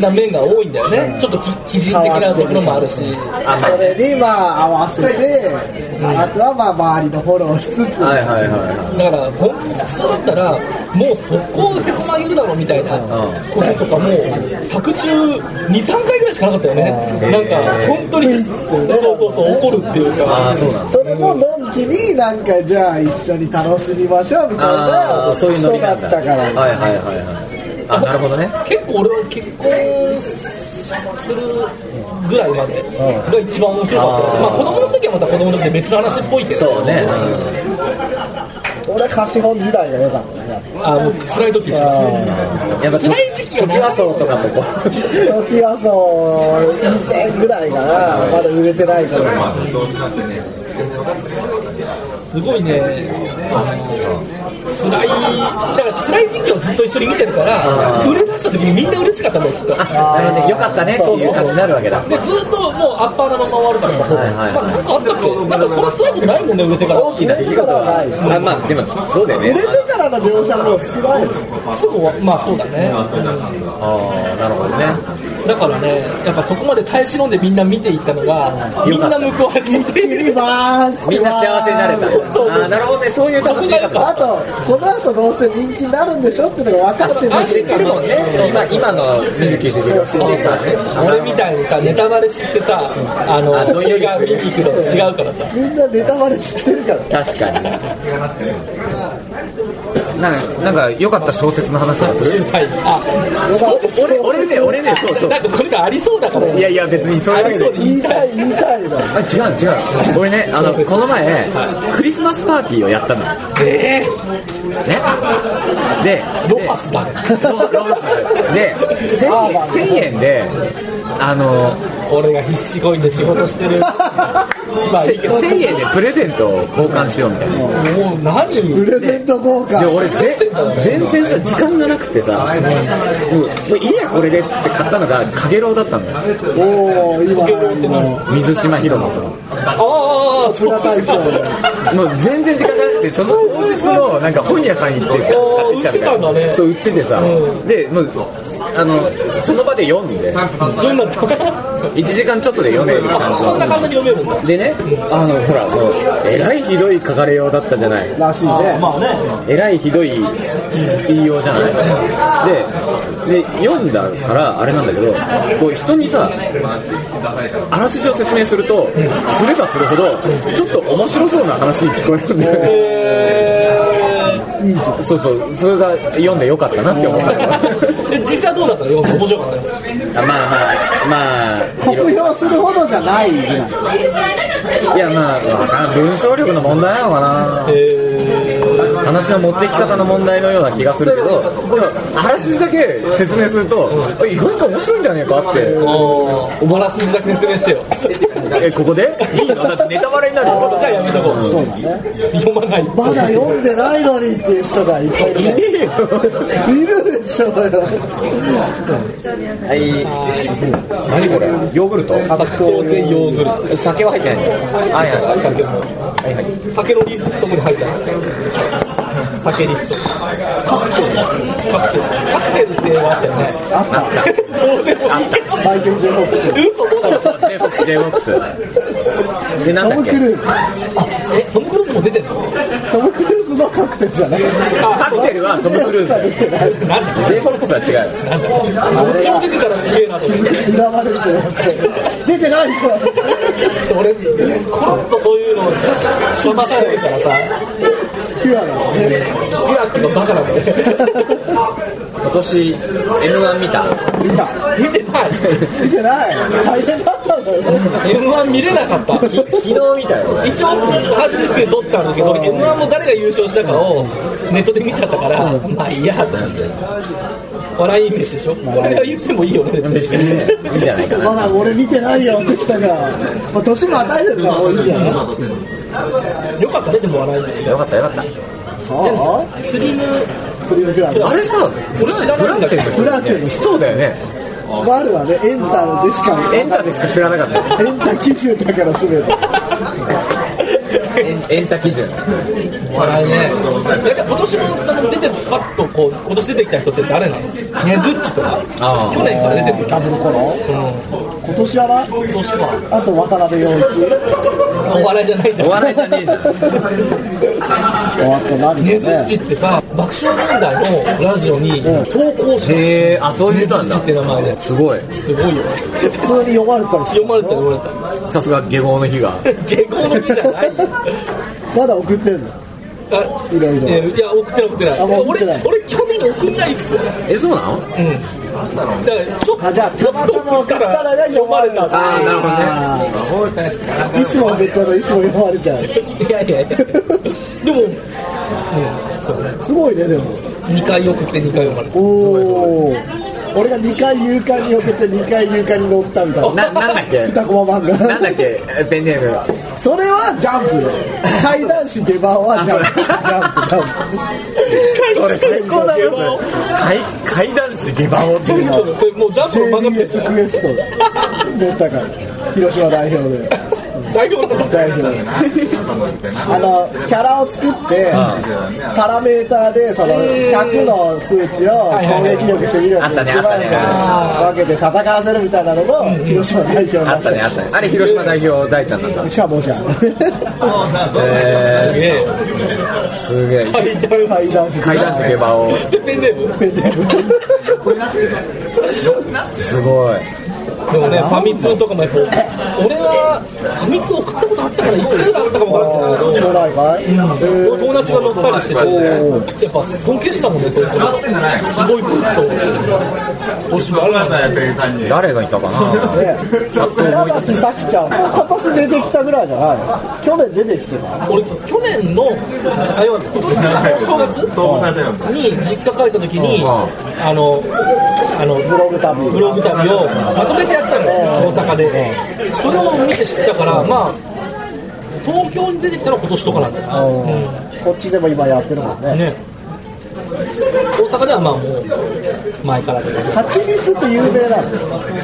B: な面が多いんだよね、ちょっとき奇人的なところもあるし、
A: あまあ
C: それにまあ合わせてあとはまあ周りのフォローしつつ、
A: はいはいは
B: だから、ほんまにクソだったら、もうそこへそまいるだろうみたいなこととかも、作中2、3回ぐらいしかなかったよね、なんか、本当に、そうそうそう、怒るっていう
A: い。あ
B: か
A: あ、、そうなんだ。
C: それものんきになんかじゃあ一緒に楽しみましょうみたい
A: あ
C: な
A: あ、そういうノ
C: 人
A: リな
C: だっ
A: ん
C: た
A: だ。
C: から、
A: はいはいはいはい。あ、なるほどね。
B: 結構俺は結婚するぐらいまでが一番面白かった、
A: あー
B: まあ、子供の時はまた子供の時で別の話っぽいけど、
A: そうね。
C: 俺は貸本時代が良かったねやっ
B: あーもう辛い時です
C: ぱ
B: よ。
A: うんやっぱ、と
B: 辛い時期が
A: 時はそうとかとこう。
C: 時はそう2000ぐらいかなまだ売れてないから
B: すごいね、あの辛い、だから辛い時期をずっと一緒に見てるから、
A: あー
B: 売れ出した時にみんな嬉しかったんだよ、きっと。
A: なるほどね。よかったねっていう感じになるわけだ。
B: でずっともうアッパーなまま終わるから、
A: いはいはい
B: まあ、なんかあったっけ、なんかそんな辛いことないもんね、売れてから、
A: 大きな出来事は、あまあでもそうだよ
C: 売れ
A: ね。
C: てからの描写も少ないです
B: ぐ終わまあそうだね、
A: ああ、なるほどね。
B: だからね、やっぱそこまで耐え忍んでみんな見ていったのが、みんな報われてい
C: す切
B: て、
C: ります
A: みんな幸せになれた。ああ、なるほどね。そういう楽しみ方。
C: あとこの後どうせ人気になるんでしょっていうのが分かってる
B: 安
C: し
B: 心
A: 知ってるもんね。今今の水木しげる知ってるからね。
B: 俺みたいにさ、ネタバレ知ってさ、あの
A: あどんよ
B: 映
A: り
B: 画
A: す
B: 見
A: る
B: に行くの違うからさ。
C: みんなネタバレ知ってるから
A: 確かに。なんかなんか良かった小説の話とかする。
B: はい、あ、
A: 俺俺ね俺ねそうそう。
B: なんかこれがありそうだから、
A: いやいや別にそういうわけで。
C: 言いたい言いたいみたいな
A: あ違う違う。俺ねあのこの前クリスマスパーティーをやったの。
B: え
A: ね。で、
B: ロハスだね
A: でロロハスで、1000円、1000円で、あの、
B: ー、俺が必死こいて仕事
A: *laughs*
B: してる。今
A: 1000円でプレゼントを交換しようみたいな。
B: もう何
C: プレゼント交換
A: で、俺ぜ、全然さ、時間がなくてさ、もう、もういいや、これでっつって買ったのが、かげろうだったのよ。
C: おお今
A: 水島ひろのさん。
B: ああ、
C: プラ大賞で
A: もう全然時間がなくて、その当日の、なんか本屋さん行って、買ってきたみたい
B: あー売ってたんだね
A: な。そう、売っててさ、で、もう、あの、その場で読んで、
B: どんなあ
A: 1時間ちょっとで読める感じ
B: そんな
A: の。
B: 簡単に読めるんだ。
A: でね、あのほら、そのえらいひどい書かれようだったじゃない、
C: らしいね
B: まあね、
A: *laughs* えらいひどい言いようじゃない、で、で読んだからあれなんだけど、こう人にさ、あらすじを説明すると、すればするほど、ちょっと面白そうな話に聞こえるんだよね、
C: いいじゃん
A: そうそう、それが読んでよかったなって思った
C: *laughs*
B: え実際どうだったの読んで面白かったよ。
A: あまあまあ、まあ、いろ
C: 酷評するほどじゃないぐらい
A: いや、まあわかんない、文章力の問題なのかな。
B: え
A: 話の持ってき方の問題のような気がするけど、でも、あらすじだけ説明すると、あ意外と面白いんじゃねえかって
B: ー、、おー、おばらすだけ説明してよ。
A: え、ここでいいのだってネタバレになるよ。
B: じゃあやめとこう。
C: そうだね
B: 読まない。
C: まだ読んでないのにっていう人がいっぱいいるね
A: いいよ
C: いるでしょうよ
A: はい。何これヨーグルト
B: 白桃でヨーグルト。
A: 酒は入ってないはいはい。
B: 酒も。酒のリストも入った。酒リスト。カクテル。カクテル。カクテルってあったよね。
C: あっ
B: どうでもいいけど。
C: たマイケル・ジェフォックス
B: 嘘嘘
A: そうそう、J-BOX、J-BOX。で、なん
C: ト
A: だっ
C: ム・
A: け
C: クルーズ
B: え、トム・クルーズも出てんの
C: トム・クルーズのカクテルじゃない
A: カクテルはトム・クルーズ。
C: 出てない
A: J-BOX は違う。
B: こっちも出てたらすげえなと思って。
C: 恨まれるじゃなくて出てないじゃん
B: 俺、コロッとそういうのを邪魔されてからさ、
C: ピュアなんですね
B: ピラっていうかバカなんで。
A: 今年、M1 見た
C: 見た
B: 見てない。
C: 見てない大変だったんだよね
B: M1 見れなかった。
A: き昨日見たよ。
B: 一応ハードディスクで撮ったんだけど俺 m 1も誰が優勝したかをネットで見ちゃったからまあいいやと思って笑い飯でしょこれが言ってもいいよね
A: 別にね、いいんじゃないかな。
C: まだ俺見てないよって人が、まあ、年も与えてるから多いんじゃない
B: よかったねでも笑い飯
A: よかったよかった。
C: そ
B: スリム
C: うスリムクラブ
A: あれさ、フラ
B: 俺知ら
A: フ
B: な
A: ラ
B: いん
A: ン
B: だ
A: チ
B: け
A: ェ
B: ど
A: の人
C: フラーチェの人
A: そうだよね。
C: まああるわねエンターでしか
A: エンタでしか知らなかった。
C: エンタ基準だから全て
A: エンエンタ基準。
B: 笑いね大体今年のその出てパッとこう今年出てきた人って誰なのねずっちとか
A: ああ
B: 去年から出てる
C: ダブルコ
B: う
C: ロ
B: ん
C: 今今年はな
B: 今年は
C: あと渡辺陽一
B: お笑いじゃないじゃん
A: お笑いじゃねえじゃん
C: あと何か
B: ねずっ
C: ね
B: ちってさ爆笑問題のラジオに投稿者
A: *laughs* へえあそう入れたん
B: ね
A: だ
B: ずっちって名前です
A: ごい
B: すごいよね
C: 普通に読まれたりし
B: 読
C: て
B: まれた読まれ
A: さすが下校の日が
B: *laughs* た下校の日じゃないよ
C: まだ送ってんの
B: あ
C: いろいろ
B: えーいや送ってない送ってない
C: あもう送ってない
B: 俺俺去年送んないっすよ
A: えそうなの
B: うんだからちょっと
C: あじゃあたまたま送ったらね読まれた
A: ああなるほどね
C: いつもめっちゃいつも読まれちゃう
B: いやいやいやでも、うん、そうね
C: すごいねでも
B: 2回送って2回読まれた
C: おお俺が2回勇敢に送って2回勇敢に乗ったみたい
A: な
C: な
A: なんだっけ
C: 二コマ漫画
A: なんだっけえペンネーム
C: それはジャンプだよ怪談師下番はジャンプジャンプジャンプ
A: それ最高だよそれ怪怪談師下馬王っていうの
B: そうそれもうジャンプの漫画です
C: JBS クエスト出たから広島代表で
B: 大丈夫だった
C: 代表
A: *laughs*
C: であのキャラを作ってパラメーターでその100の数値を攻撃力守備力
A: あったね
C: 素早
A: あ
C: さに分けて戦わせるみたいなのも広島代表
A: あったねあったねあれ広島代表大ちゃんなんだ
C: しかも
A: *laughs*
C: じゃん
A: え
B: すげえ
A: ー、すげえ
B: 階段
C: 怪談師
A: 怪談師下馬王
B: ペンネーム
C: ペンネーム
A: すごい
B: でもねファミ通とかもやっぱ俺はファミ通送ったことあったから1回だったかもわからんけど
C: 将来かい
B: 俺友達が乗ったりしててやっぱ尊敬したもんねそれすごいそうおしばらない
A: 誰がいたかな
C: ね稲垣咲ちゃんも今年出てきたぐらいじゃない去年出てきてた
B: 俺去年のあ要は今年の正月に実家帰った時にあのあの
C: ブログ旅
B: ブログ旅をまとめてやったのよ大阪でそれを見て知ったからまあ東京に出てきたのは今年とかなんだよ
C: こっちでも今やってるもんね
B: ね大阪ではまあもう前からで
C: 蜂蜜って有名なの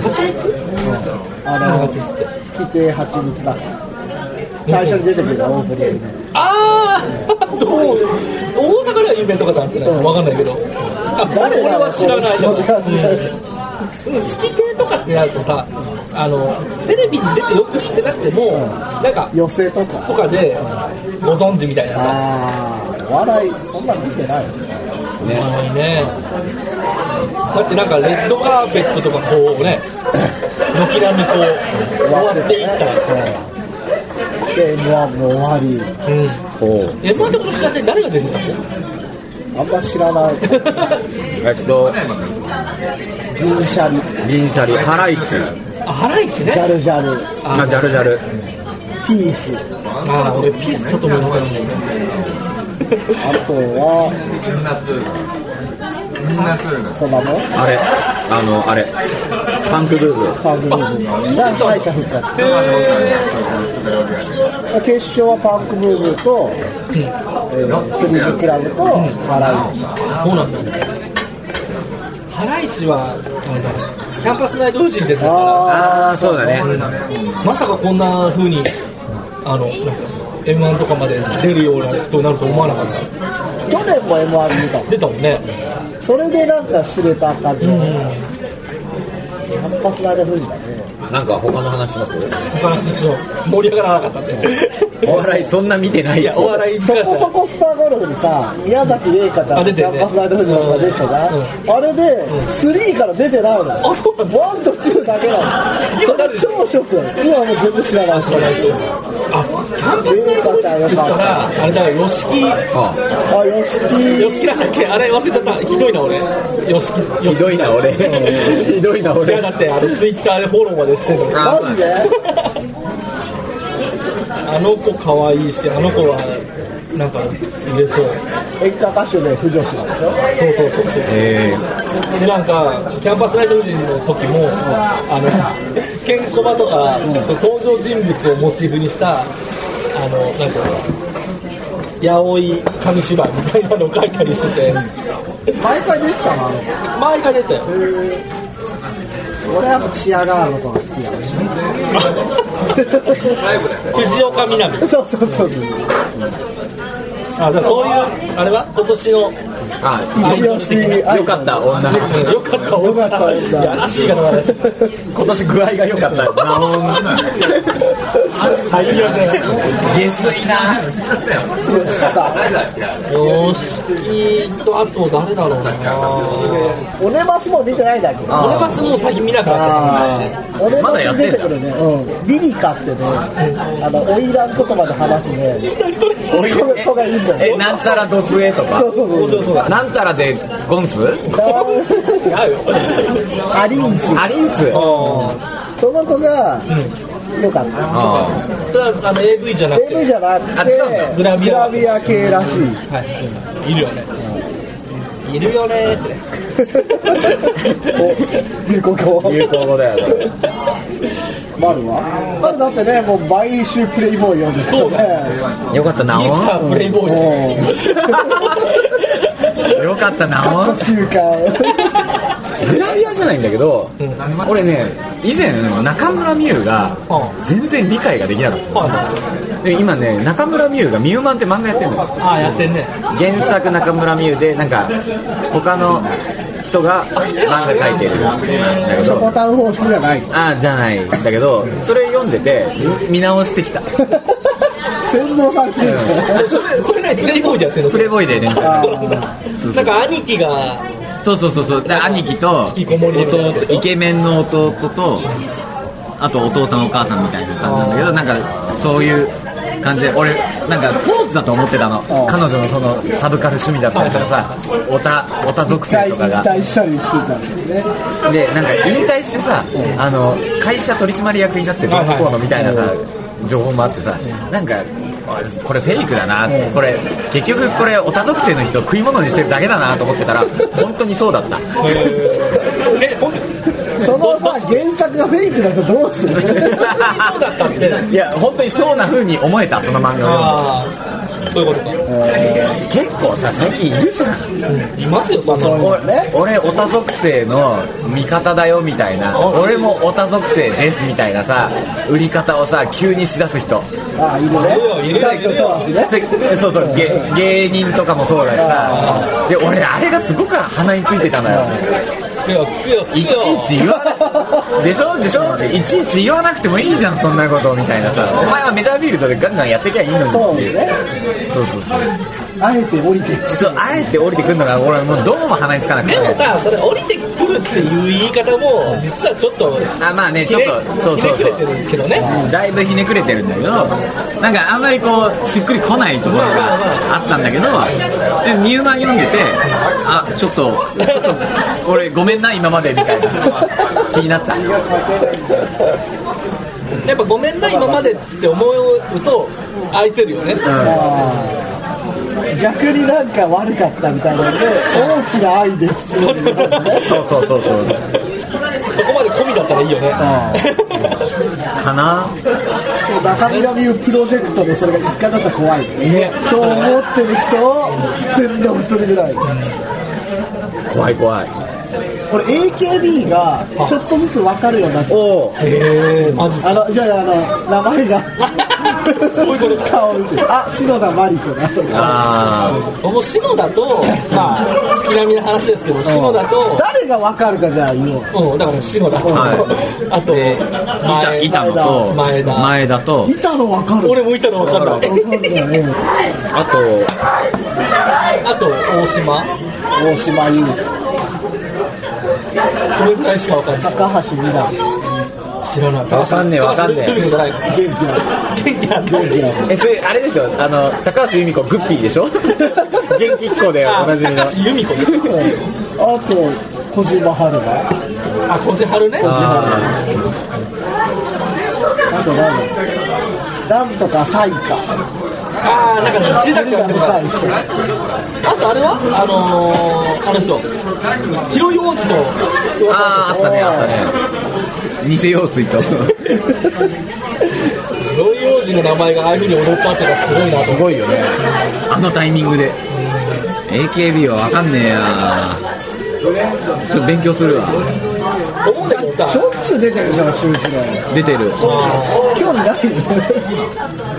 B: 蜂蜜
C: あ
B: あ
C: の
B: 蜂蜜って
C: 月亭蜂蜜だから最初に出てくるのオープニングで
B: ああどう大阪では有名とかってあるんじゃないわかんないけどあ
C: 誰
B: 俺
C: が
B: は知らない
C: そんな感じだよ
B: うん月亭とかってなるとさあのテレビに出てよく知ってなくてもなんか
C: 寄席とか
B: とかでご存知みたいなさ
C: ああお笑いそんなん見てない
A: ね
B: あのねだってなんかレッドカーペットとかこうね軒並みこう終わっていったら
C: うんで m 1も終わり
B: うん
A: おう
B: え、なんで今年だって誰が出てたの
C: あんま知らない
A: えっと
C: 銀シャリ
A: 銀シャリハライチ
B: あ、ハライチね
C: ジ。ャルジャル
A: あジャルジャル
C: ピース
B: あ、俺ピースちょっと思い出せない
C: あとはそばの
A: あれあのあれパンクブーブー
C: パンクブームが敗者復活決勝はパンクブームと、えースリーブクラブとハライチ
B: そうなんだよね。ハライチは、あれだねキャンパス内同士に出てたか
A: ああそうだね
B: ら、まさかこんな風に、あの、なんか、M1 とかまで出るような人になると思わなかった。
C: 去年も m 1見た
B: 出たもんね。
C: それでなんか知れた感じ、
B: うん。
C: 反発なれ富士だね
A: なんか他の話します
B: 他の話の盛り上がらなかっ
A: *laughs*
B: たって。
A: お笑いそんな見てない
B: いや、お笑い
C: そ
B: ら
C: こそこスターゴルフにさ宮崎玲香ちゃ
B: あ
C: ん
B: 出て
C: キ
B: る
C: ャ
B: ね
C: ンパスナイト富士の方が出てたじゃん、
B: うん
C: あれで、3から出てないの
B: あそうなんだ
C: ワンと2だけなのそ
B: 今
C: れ
B: だ
C: は
B: って
C: 超ショックだよ今はもう全部知らないし
B: あ、キャンパス内同士って言ったら、あれだよ、吉木。
A: あ
C: あよし
B: よ
C: き
B: しきなんだっけあれ忘れちゃったひどいな俺よしきよ
A: ひどいな俺ひどいない
B: や
A: 俺
B: だってあれツイッターでフォローまでしてるの
A: あ
C: マジで
B: あの子可愛いしあの子はなんか入れそう
C: 演歌歌手で不女子なんでしょ
B: そうそうそうそう
A: え
B: でなんかキャンパスライト夫人の時もあのケンコバとか、その登場人物をモチーフにしたあのなんか八百屋紙芝居みたいなのを書いたりしてて
C: 毎回出てたのあの子
B: 前が出たよ
C: 俺はやっぱチアガールの子が好きだね
B: 藤岡みなみ
C: そうそうそうそう
B: あだからそういうあれは今年の
A: あ
C: 一押し
A: よかった女
B: よかった
C: よかった女
B: やらしい方が
A: 今年具合が良かったよな女
B: 最悪
A: 下水な
B: よしきとあと誰だろうな
C: オネマスも見てないんだけど
B: 俺バスもう最近見なくなっちゃった
C: オネ
A: ま
C: マ
A: だやっ
C: ス
A: てんだ
C: 出てくるね、うん、リリカってねあの花魁言葉で話すね
A: おい
C: これこれがいいんだ
A: え
C: よ
A: えなんたらドスエとか
C: そうそうそうそう
A: なんたらでゴンス
C: アリンス
A: アリンス
C: その子がよかった
A: あ
B: それはあの AV じゃなくて
C: AV じゃなく
A: あ違うんだ
C: て
B: グラビア
C: 系らしい
B: はいいるよねいるよねってね
C: お流行語
A: あ流行語だよね
C: マルはマルだってねもう毎週プレイボーイ読んでる
B: そうだ
A: よかったな
B: ミスタ
A: お
B: ープレイボーイ
C: ね
A: よかったな
C: カッ
A: お
C: ト週間
A: グラビアじゃないんだけど、俺ね以前中村美優が
B: う
A: 全然理解ができなかったで今ね中村美優が「ミューマン」って漫画やってんのよ
B: ああやってんね
A: 原作中村美優でなんか他の人が漫画描いてるんだけ
C: ショコ
A: ど
C: タン方式じゃない
A: あじゃないんだけどそれ読んでて見直してきた
C: 洗脳されてるじゃん
B: それそれねプレイボーイでやってんの
A: *laughs* プレイボーイで連載
C: あ
B: なんか兄貴が
A: そうそうそうそうで兄貴と
B: 引きこもりみたいな
A: 弟イケメンの弟とあとお父さんお母さんみたいな感じなんだけどなんかそういう感じで俺なんかポーズだと思ってたの彼女のそのサブカル趣味だったりとかさオタオタ属
C: 一回
A: 性
C: 引
A: とかが
C: 退したりしてたんだよね
A: でなんか引退してさあの会社取締役になってどうのこうのみたいなさ情報もあってさなんかあこれフェイクだなこれ結局これオタ属性の人を食い物にしてるだけだなと思ってたら本当にそうだった
B: え本当に
C: そのさ原作がフェイクだとどうする
B: そうだったって
A: いや本当にそうな風に思えたその漫画を
B: ああそういうことか
A: 結構さ最近いるじゃん
B: いますよそんなの
C: そうね
A: 俺オタ属性の味方だよみたいな俺もオタ属性ですみたいなさ売り方をさ急にしだす人
C: あいる
B: いる
C: ね
B: よ
C: 男女問わずね
A: でそうそう芸芸人とかもそうだしさで俺あれがすごく鼻についてたのよ
B: つくよつくよつく
A: いち
B: よ
A: いち言わなでしょでしょいちいち言わなくてもいいじゃんそんなことみたいなさお前はメジャーフィールドでガンガンやってきゃいいのに
C: そう
A: っていう
C: ね
A: そうそうそう
C: あえて降りてき
A: そうあえて降りてくるのが俺もうどうも鼻につかなくて
B: でもさそれ降りてくるっていう言い方も実はちょっと
A: あまあね
B: ひ
A: ちょっ
B: ね
A: とそうそう
B: ひ
A: そ
B: ねくれ
A: う
B: てるけどね
A: だいぶひねくれてるんだけどなんかあんまりこうしっくりこないところがあったんだけどでミューマン読んでてあちょっとちょっと俺ごめんな今までみたいな気になった
B: やっぱごめんな今までって思うと愛せるよね
C: 逆になんか悪かったみたいなので大きな愛ですよみたいなね
A: そうそうそうそう
B: そこまで込みだったらいいよね
A: かな
C: 中村美優プロジェクトでそれが一環だと怖いねそう思ってる人を洗脳するぐらい
A: 怖い怖い
C: 俺 AKB がちょっとずつ分かるようになって
A: おお
B: へえマジ
C: あのじゃああの名前が
B: そういうこと
C: 顔見てあ篠田真理子だとか
A: あ
B: この篠田とまあ月並みの話ですけど篠田と
C: 誰が分かるかじゃあ言おう
B: うんだから篠田と
A: は
B: あと
A: で板
B: 前
A: 板野と
B: 前田
A: 前田と
C: 見たの分かる
B: 俺もいたの分かんない
C: 分かんないね
A: あと
B: *laughs* あと大島
C: 大島優
B: それぐらいしか分かんない
C: 高橋美奈
B: 知らない
A: わかんねえわかんねえ
B: 高橋ルミ子じゃない
C: 元気な
B: 元気なんだ
C: 元気な
A: えそれあれでしょあの高橋由美子グッピー *laughs* でしょ元気っ子でお
B: あ
A: なじみの
B: 高橋由美子でしょ
C: あと小島春菜
B: あ小瀬春ね
A: あ
C: あと何なんとかサイカ
B: ああなんかね、知りたくな
C: が
B: って
C: 理
B: ことあ
C: 解して
B: とあれはあのー、あの人広い王子と
A: ーあーあったねあったね偽用水と
B: 広い王子の名前がああいうふうに踊ったってのはすごいなと
A: すごいよねあのタイミングで AKB はわかんねえやちょっと勉強するわ
B: 思うんだけど
C: し
B: さ
C: ょっちゅう出てるじゃん周期で
A: 出てる
C: 興味ないよ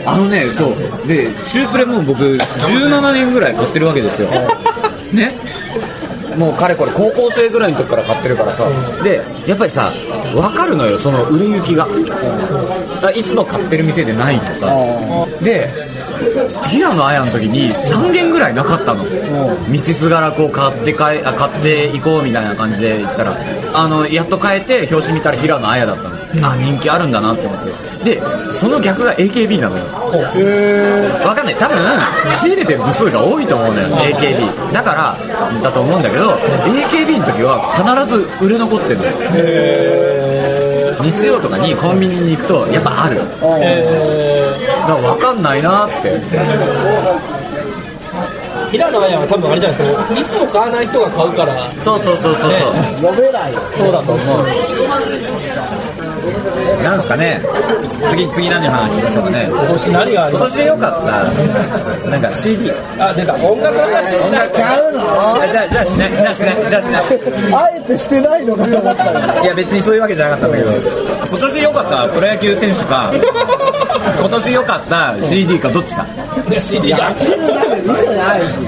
A: あのねそうでシュープレもう僕17年ぐらい買ってるわけですよねもうかれこれ高校生ぐらいの時から買ってるからさ、でやっぱりさ分かるのよその売れ行きが、あいつも買ってる店でないとか、で平野綾の時に3軒ぐらいなかったの、道すがらこう買ってかえあ買っていこうみたいな感じで行ったらあのやっと変えて表紙見たら平野綾だったの、あ人気あるんだなって思ってでその逆が AKB なのよわかんない多分仕入れてる部数が多いと思うのよ AKB だからだと思うんだけど AKB の時は必ず売れ残ってるのよ日曜とかにコンビニに行くとやっぱあるだから分かんないなって
B: 平野綾は多分あれじゃないですかいつも買わない人が買うから
A: そうそうそうそうそう、
B: ね
C: 飲めないよ
A: そうだと思うなんですかね次次何の話しましょうかね
B: 今年何があり
A: 今
B: ま
A: 年で良かったなんか CD
B: すあ出た音楽の話しない
C: ちゃうの
A: あじゃあじゃあしないじゃあしないじゃあしない
C: あえてしてないのかと思ったら
A: いや別にそういうわけじゃなかったんだけど今年良かったプロ野球選手か今年良かった CD かどっちか
B: CD じゃん
C: 野球なんか見てないし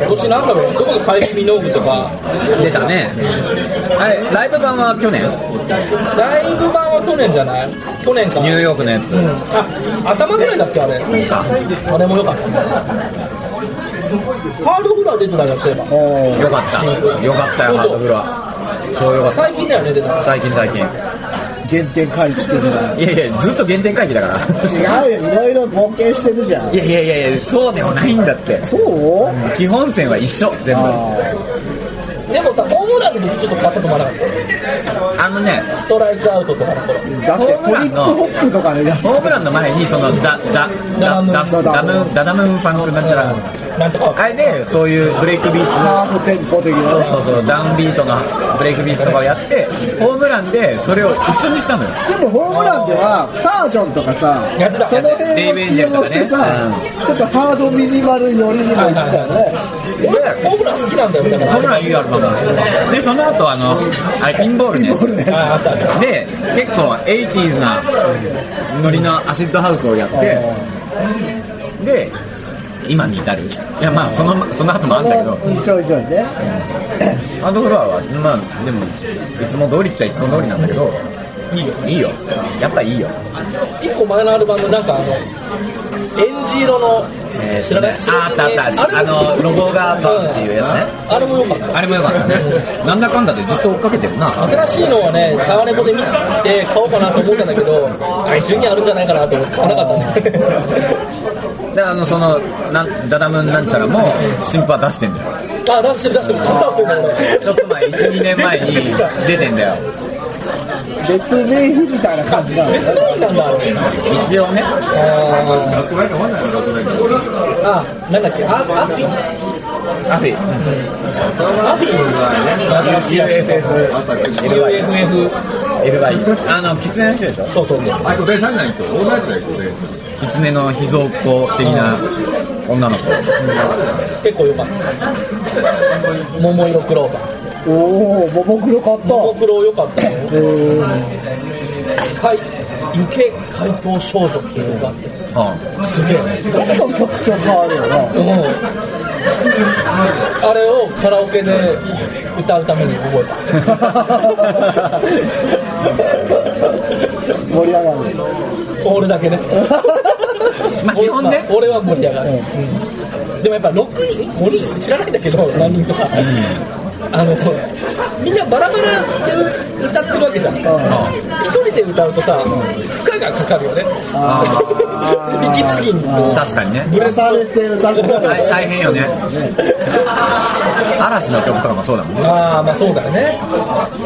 B: 今年なんだろうどこか帰り見の具とか
A: 出たねはいライブ版は去年
B: ライブ版は去年じゃない去年か
A: ニューヨークのやつ
B: あ頭ぐらいだっけあれあれもよかったハードフラー出てたじゃんそういえば
A: よかったよかったよハードフルは超よかった
B: 最近だよね出たの
A: 最近最近
C: 原点回帰してるない
A: やいやずっと原点回帰だから
C: 違うよいろいろ冒険してるじゃん
A: いやいやいやいやそうでもないんだって
C: そう
A: 基本線は一緒全部あ
C: あ
B: でもさホームランの時ちょっと買ったと思わなかった
A: のね
B: ストライクアウトとかの頃
C: ーだってトリップホップとかでやって
A: ホームランの前にそのダダダダダダムダダムンファンクなんちゃら
B: なんとか
A: あれでそういうブレイクビーツ
C: ハーフテンポ的
A: そう
C: な
A: そうそうダウンビートのブレイクビーツとかをやってホームランでそれを一緒にしたのよ
C: でもホームランではサージョンとかさ
B: やってた
C: その辺を起用してさ、ちょっとハードミニマル寄りにも行ってたよね
B: 俺ホームラン好きなんだよだか
A: ホームランいいアルバムなんですよでその後あのあれピンボールね
B: らああったあった
A: で結構 80s なノリのアシッドハウスをやってで今に至るいやまあそのその後もあんだけど
C: ちょいちょいね
A: ハードフロアはまあでもいつも通りっちゃいつも通りなんだけどいいよいいよやっぱいいよ
B: 一個前のアルバムなんかあのエンジ色の
A: えー
B: 知らない
A: ああったあったあのロゴがバンっていうやつね
B: あれも良かった
A: あれもよかったねなんだかんだでずっと追っかけてるな
B: 新しいのはねタワレコで見て買おうかなと思ったんだけどあ一緒にあるんじゃないかなと思って買わなかったね
A: であのそのなんダダムンなんちゃらも新譜は出してんだよ
B: あ出してる出してる買ったそういうの俺
A: ちょっと前12年前に出てんだよ
C: 別名義みたいな感じなの
B: 別
C: ね
B: のなんだあれ
A: 一応ね
B: あーあなんだっけあアフィ
A: アフィ
B: アフィ
A: UFFLY
B: UFF
A: あの狐の人でしょ
B: そうそうそう
D: あと第3弾と同じだよ、これ。
A: 狐の秘蔵っ子的な女の子
B: 結構良かった桃色クローバー
C: おおももクロ買った
B: 桃黒良かったよ
C: うん
B: 怪湯気怪盗少女っていうのがあって
A: う
B: すげえ
C: どんどん曲調変わるよな
B: うんあれをカラオケで歌うために覚え
C: 盛り上がる
B: た俺だけね
A: んまあ基本ね
B: 俺は盛り上がる、うんでもやっぱ6人5人知らないんだけど何人とか、あのみんなバラバラで歌ってるわけじゃん、一人で歌うとさ負荷がかかるよね *laughs* 息継ぎに
A: 確かにね
C: ブレされて歌ってた
A: 大大変よね嵐の曲とかもそうだもんね
B: あ *laughs* あまあそうだよね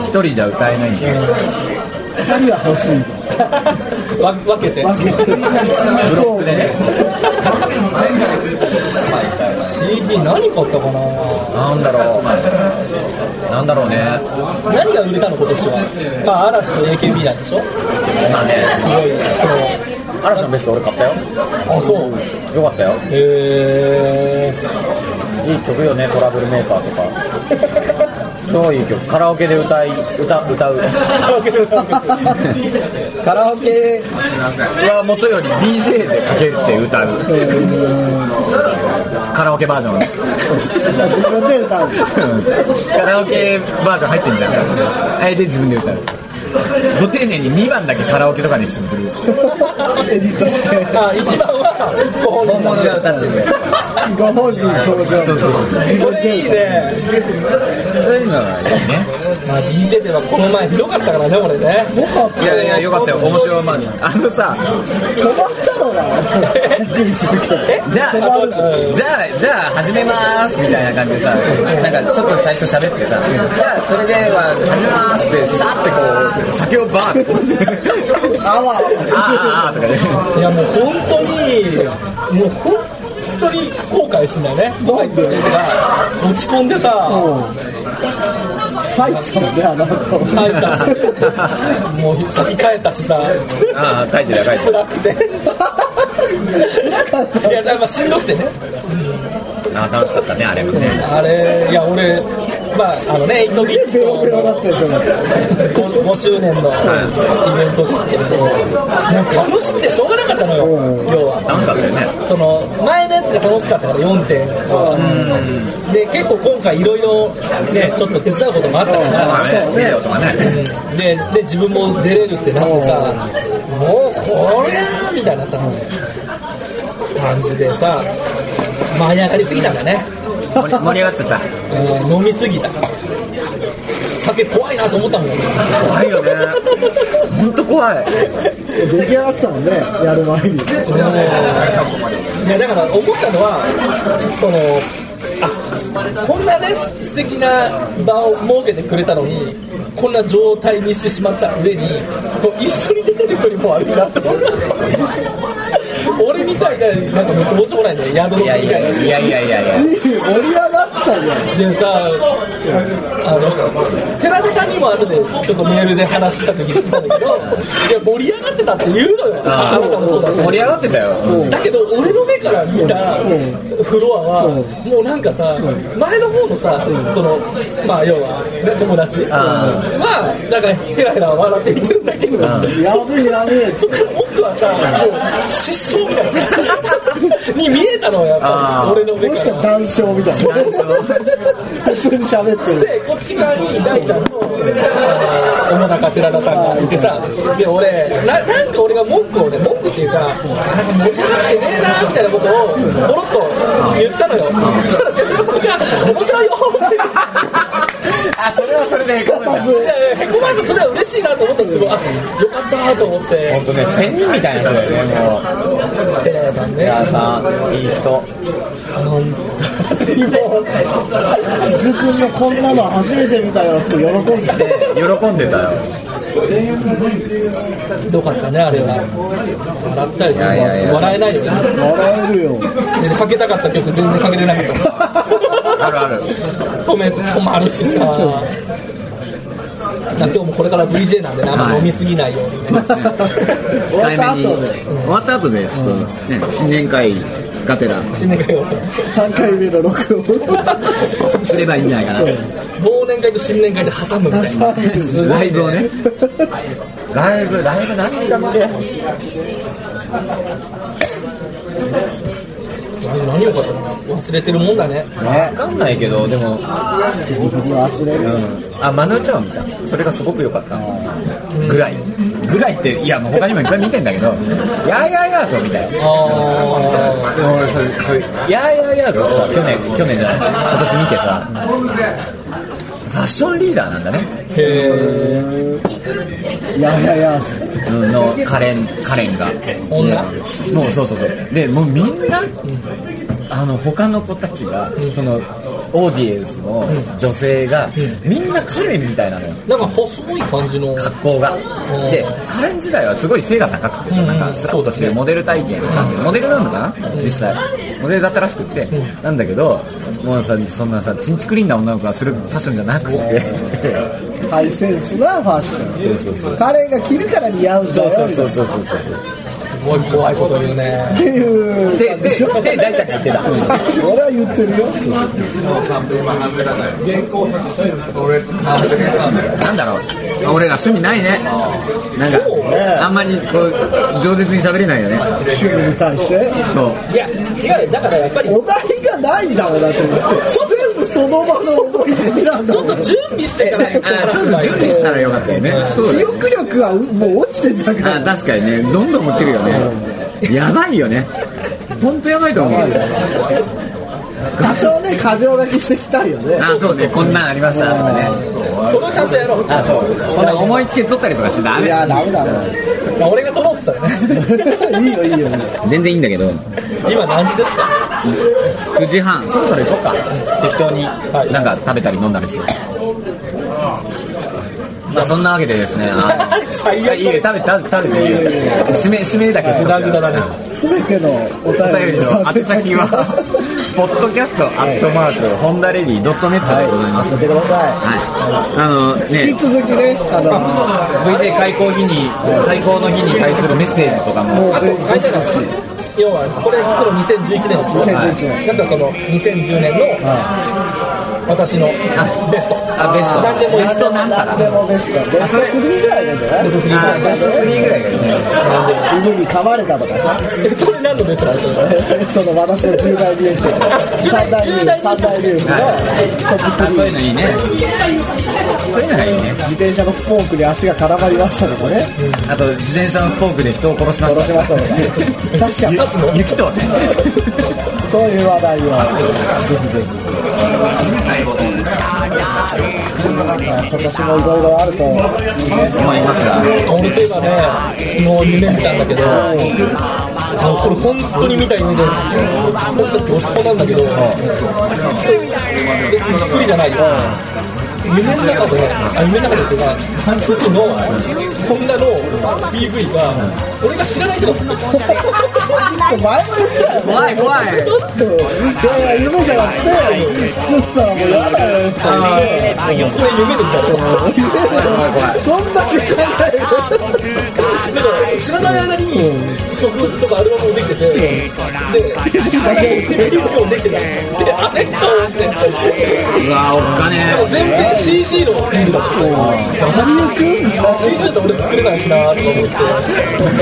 A: 一人じゃ歌えないんで
C: 2人は欲しい
B: わ分けて
C: 分けて
A: ブロックでね
B: CD 何買ったかな
A: なんだろうなんだろうね
B: 何が売れたの今年はまあ嵐と AKB なんでしょ
A: まあね嵐のベスト俺買ったよ
B: あそう
A: よかったよ
B: へえ
A: いい曲よねトラブルメーカーとか超いい曲カラオケで歌い歌歌う
C: カラオケ
A: は元より DJ でかけて歌うカラオケバージョン
C: 自分で歌うんです
A: カラオケバージョン入ってんじゃんあれで自分で歌うご丁寧に2番だけカラオケとかに出演する
C: エディットして
B: あ一番はご本
A: 本
B: 人
A: 物が歌ってる
C: ご本人登場
A: そうそうそう
C: 自
B: こ
C: 分
B: れいい
C: で
B: ね、
A: そういうのはいいね
B: まあ、DJ ではこの前ひどかったからね俺ね
C: 歌うよかった
A: いやいやよかったよ面白いまああのさ
C: 止まったのがびっくりするけど
A: じゃあ、じゃ
C: 困る
A: あ、じゃあ、始めまーすみたいな感じでさ、なんかちょっと最初喋ってさ、じゃあ、それでは始めまーすって、シャーってこう、酒をバーって、
C: あわあわ
A: あーあーとかね、
B: いやもう本当にもう本当に後悔してんだよね後悔っていうか落ち込んでさ
C: 入ってたもんねあの後
B: 帰ったしもう先帰ったしさ
A: ああ、書いてるよ、書いてる。
B: 辛くていやだからしんどくてね
A: ああ、楽しかったね、あれもね。
B: あれいや俺まああのね8ビッ
C: ベロベロだったでしょ
B: 5周年のイベントですけれどももう楽しみでしょうがなかったのよ要は
A: 楽しかったよね。
B: その前のやつが楽しかったから4点で結構今回いろいろねちょっと手伝うこともあっ
A: ま
B: たか
A: あね、ビデオとかね。
B: らでで自分も出れるってなってさもうこりゃーみたいなさ感じでさ舞い上がりすぎたんだね
A: 盛り盛り上がっちゃった。
B: うん飲みすぎた酒怖いなと思ったもんね
A: 怖いよね。ほんと怖い。
C: 出来上がってたもんねやる前に
B: いやだから思ったのはそのあこんなね素敵な場を設けてくれたのにこんな状態にしてしまった上にこう一緒に出てる人にも悪いなと思った俺みたいななんかもうどうしようもないんだよ宿の
A: いやいやいやいやいやいや。
C: いい盛り上がってたじゃん
B: でさあの寺田さんにも後でちょっとメールで話した時に言ったんだけどいや盛り上がってたって言うのよあなたもそうだし
A: 盛り上がってたよ。
B: だけど俺の目から見たフロアはもうなんかさ前の方のさそのまあ要はね友達はなんかヘラヘラ笑って見てるんだけど
C: やべえやべえ
B: そっから僕はさもう失笑みたいなに見えたのよやっぱ
A: あ
B: り
A: ー
B: 俺の目
C: もし
B: か。
C: から談笑みたいな普通に喋ってる
B: でこっち側に大ちゃんと主中寺田さんがいてさで俺ななんか俺が文句をね文句っていうかなんか盛り上がってねえなみたいなことをボロッと言ったのよそしたら寺田さんが「面白いよ」って
A: あ、それはそれでへこむ *laughs* んだ。
B: へこまれてそれは嬉しいなと思ったんですよあよかったと思って
A: ほんとね、仙人みたいな人だよね、もう。
B: 寺田さん
A: い
B: ね
A: やさ、いい人。
C: 木津君のこんなの初めて見たよって喜んでた
A: で、喜んでたよ。
B: ひどかったねあれは笑ったりとか
A: いやいやいや
B: 笑えないよね
C: 笑えるよ
B: でかけたかった曲全然かけれなかった
A: あるある。
B: 止め困るしさ。今日もこれから VJ なんでね、あんま飲みすぎないように。
C: 終わった後で
A: 終わった後で、ちょっと、ね、新年会がてら、
B: 死ねよ。
C: 3回目の録音
A: すればいいんじゃないか
B: 忘年会と新年会で挟むみたいな。
A: な。ライブをね。ライブ、ライブ何だっけ
B: 何よかったの忘れてるもんだね。
A: わかんないけど、でも、
C: ギリギリ忘れるよ
A: あ、マヌちゃんを見た。それがすごく良かった。ぐらい。ぐらいって、いや、もう他にもいっぱい見てんだけど、やいやいやーぞみたいな。
B: あ
A: でも俺、それ、それ、やいやいやーぞさ、去年、去年じゃない、今年見てさ、ファッションリーダーなんだね。
B: ー。へー。
C: いやいやいや
A: うんのカレンカレンが
B: 女
A: でもうそうそうそうでもうみんなあの他の子たちがそのオーディエンスの女性がみんなカレンみたいなのよ
B: なんか細い感じの。
A: 格好が
B: ん
A: でカレン時代はすごい背が高くてさなんかスラッとしてるモデル体型の感じモデルなのかな実際モデルだったらしくってなんだけどもうさそんなさチンチクリンな女の子がするファッションじゃなくて
C: ハイセンスなファッション彼が着るから似合うんだ
A: そう
C: よ
A: そう *laughs* そそうそう
C: みたいうな
A: そう
B: すごい怖いこと言うね
C: っ。ていう
A: ででで大ちゃんが言ってた
C: 俺は言ってるよ
A: なんだろう俺ら趣味ないねなんかあんまりこう饒舌に喋れないよね
C: 趣味に対して
A: そう
B: いや違うだからやっぱり
C: お題がないんだもんだって全部その場の思いつきなんだ
B: ちょ
C: も
B: っ
C: ん
B: と準備していかないと
A: あちょっと準備したらよかったよねそうだ
C: 記
A: よ
C: 憶力はもう落ちてんだから
A: あ確かにねどんどん落ちるよねやばいよね本当やばいと思う
C: 多少ね過剰書きしてきたいよね
A: あそうねこんなんありましたとかね
B: それをちゃんとやろう
A: あそうこんなん思いつきで撮ったりとかしてダ
C: い
A: メ
C: やダメだな
B: まあ俺が取ろうって言ったらね
C: いいよいいよいいよ
A: 全然いいんだけど
B: 今何時ですか
A: 9時半そろそろ行こうか適当になんか食べたり飲んだりするまあそんなわけでですねあの
B: 最悪
A: いいよ食べ食べ食べていいよ締め締めだけしと
B: グ
A: くから
B: ダグダだね
C: 全てのお
A: お便
C: 便
A: り
C: りの
A: の宛先はポッドキャストアットマークホンダレディドットネットでございま
C: はい
A: す
C: やってくださ
A: はいあの
C: い引
A: ね
C: き続きねあの
A: VJ 開講日に開講の日に対するメッセージとかも
C: もう全どしどし
B: 要はこれ作る2011年の
C: 2011年
B: だからその2010年の私の
A: あ
B: ベスト
A: あベスト
B: 何でもいい
A: ベストなんたら
C: 何でもベストベスト3ぐらいなんじゃない
B: ベスト
A: あ
B: 3
A: ベスト3ぐらいがいいね
B: 何でも
C: 犬に噛まれたとかさ
B: えそれ何のベストなんですか
C: その私の10代ニュース3大ニュース3大ニュースのトップ
A: あそういう
C: 3
A: のいいねそういうのがいいね
C: 自転車のスポークに足が絡まりましたとかね
A: あと自転車のスポークで人を殺しました
C: 殺しましたとか確かに
A: ゆ雪とはね
C: そういう話題はぜひぜひなんか今年もいろいろあるといいね
A: 思いますが
B: 俺そういえばね昨日夢見たんだけどあのこれ本当に見た夢です僕たち落ち込んだんだけどえ作りじゃないよ夢の中であ夢の中でっていうか時のホンダの PV が俺が知らないけど作った
C: 前も言ってたよ
A: 怖い怖い
C: いやいや夢じゃなくて作ってたらもうやだよって
B: これ夢で見たの
C: そんだけ考える
B: だから知らない間に曲とかアルバムもできててで PV もできてたであれと思って。
A: うわおっかね
B: 全編 CG のフィールドだ
C: ハリウッ
B: CG だと俺作れないしなとか思っ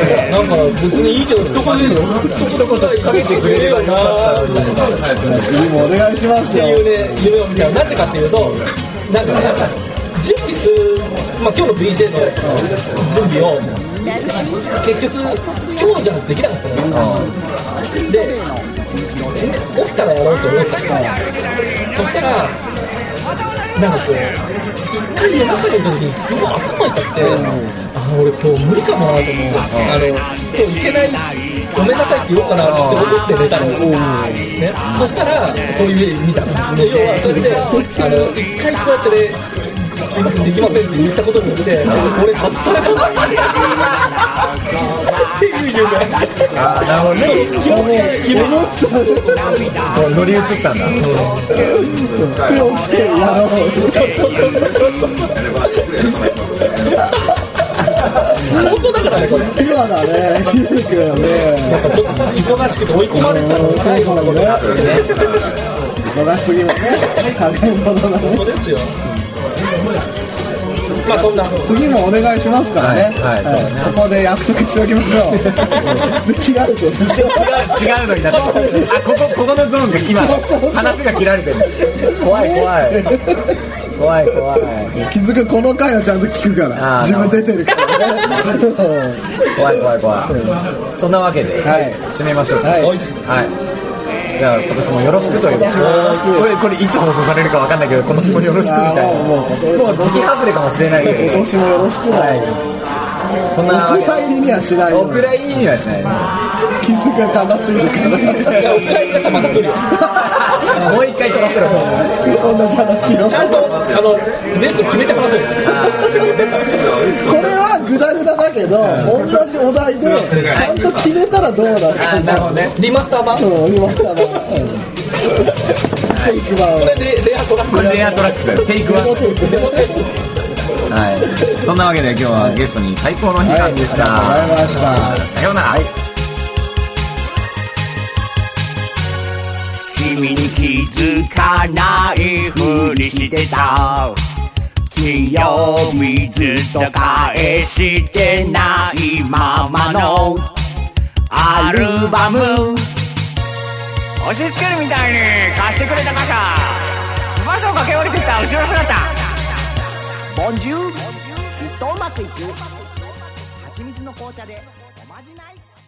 B: てなんか別にいいけど一言で一言かけてくれるよなって
C: 次もお願いしますよ
B: いうね夢を見たなぜかっていうとなんかね準備する、まあ、今日の BJ の準備を結局今日じゃできなかったのよで起きたらやろうと思っちゃったそしたらなんかこう一回夜中にいた時にすごい頭痛くて、ああ俺今日無理かもなと思って、あの今日行けないごめんなさいって言おうかなって思って寝たの、ね、そしたらそういう夢見たので要はそれであの一回こうやってねすいませんできませんって言ったことによって俺外されたんだっていう夢
A: あなるほどね
B: 気持ちがいい夢の
A: 乗り移ったんだ
C: 手を起きてやろう
B: 本当だからねこれ
C: ピュアだね気づくよね
B: ちょっと忙しくて追い込まれたのが最後のことだったんで
C: 忙しすぎるね大変者だね
B: そうですよまあそんな
C: 次もお願いしますからね
A: はいはいそうね
C: ここで約束しておきましょうで切られてる
A: 違う違うのになってあここここのゾーンが今話が切られてる怖い怖い怖い怖い
C: 気づくこの回はちゃんと聞くか
A: あ
C: ら
A: ー
C: 自分出てるからね
A: 怖い怖い怖いそんなわけで、
C: はい
A: 締めましょう
C: はい
A: はいじゃあ今年もよろしくということでこれこれいつ放送されるかわかんないけど今年もよろしくみ
C: あ
A: たい
C: ー
A: な
C: もうもう
A: もう時期外れかもしれないけ
C: 今
A: ど
C: 年もよろしくだよ
A: そんなわ
C: お
A: けで
C: 蔵入りにはしないよ
A: お蔵入りにはしない
C: 気づくが楽しみるから
B: いやお蔵入り方また来るよ
A: もう一回撮らせろ
C: 同じ話を
B: ちゃんとあのベスト決めて話そうよ
C: これはグダグダだけど同じお題でちゃんと決めたらどうなる
A: あ
C: か
A: ーなるほどね
B: リマスター版こ
C: うん今さテイクバ
A: *laughs*
B: れでレアトラッ
A: こ
B: ク
A: れレアトラックスだよテイクワン
C: テイク
B: でもって
A: はいそんなわけで今日はゲストに最高の日間でした、
C: はいありがとうございま
A: さようなら、
E: 君に気づかないふりしてた気日曜日ずっと返してないままのアルバム押し付けるみたいに貸してくれた傘翼を駆け下りてきた後ろ姿ボンジュールきっとうまくいく蜂蜜の紅茶でおまじない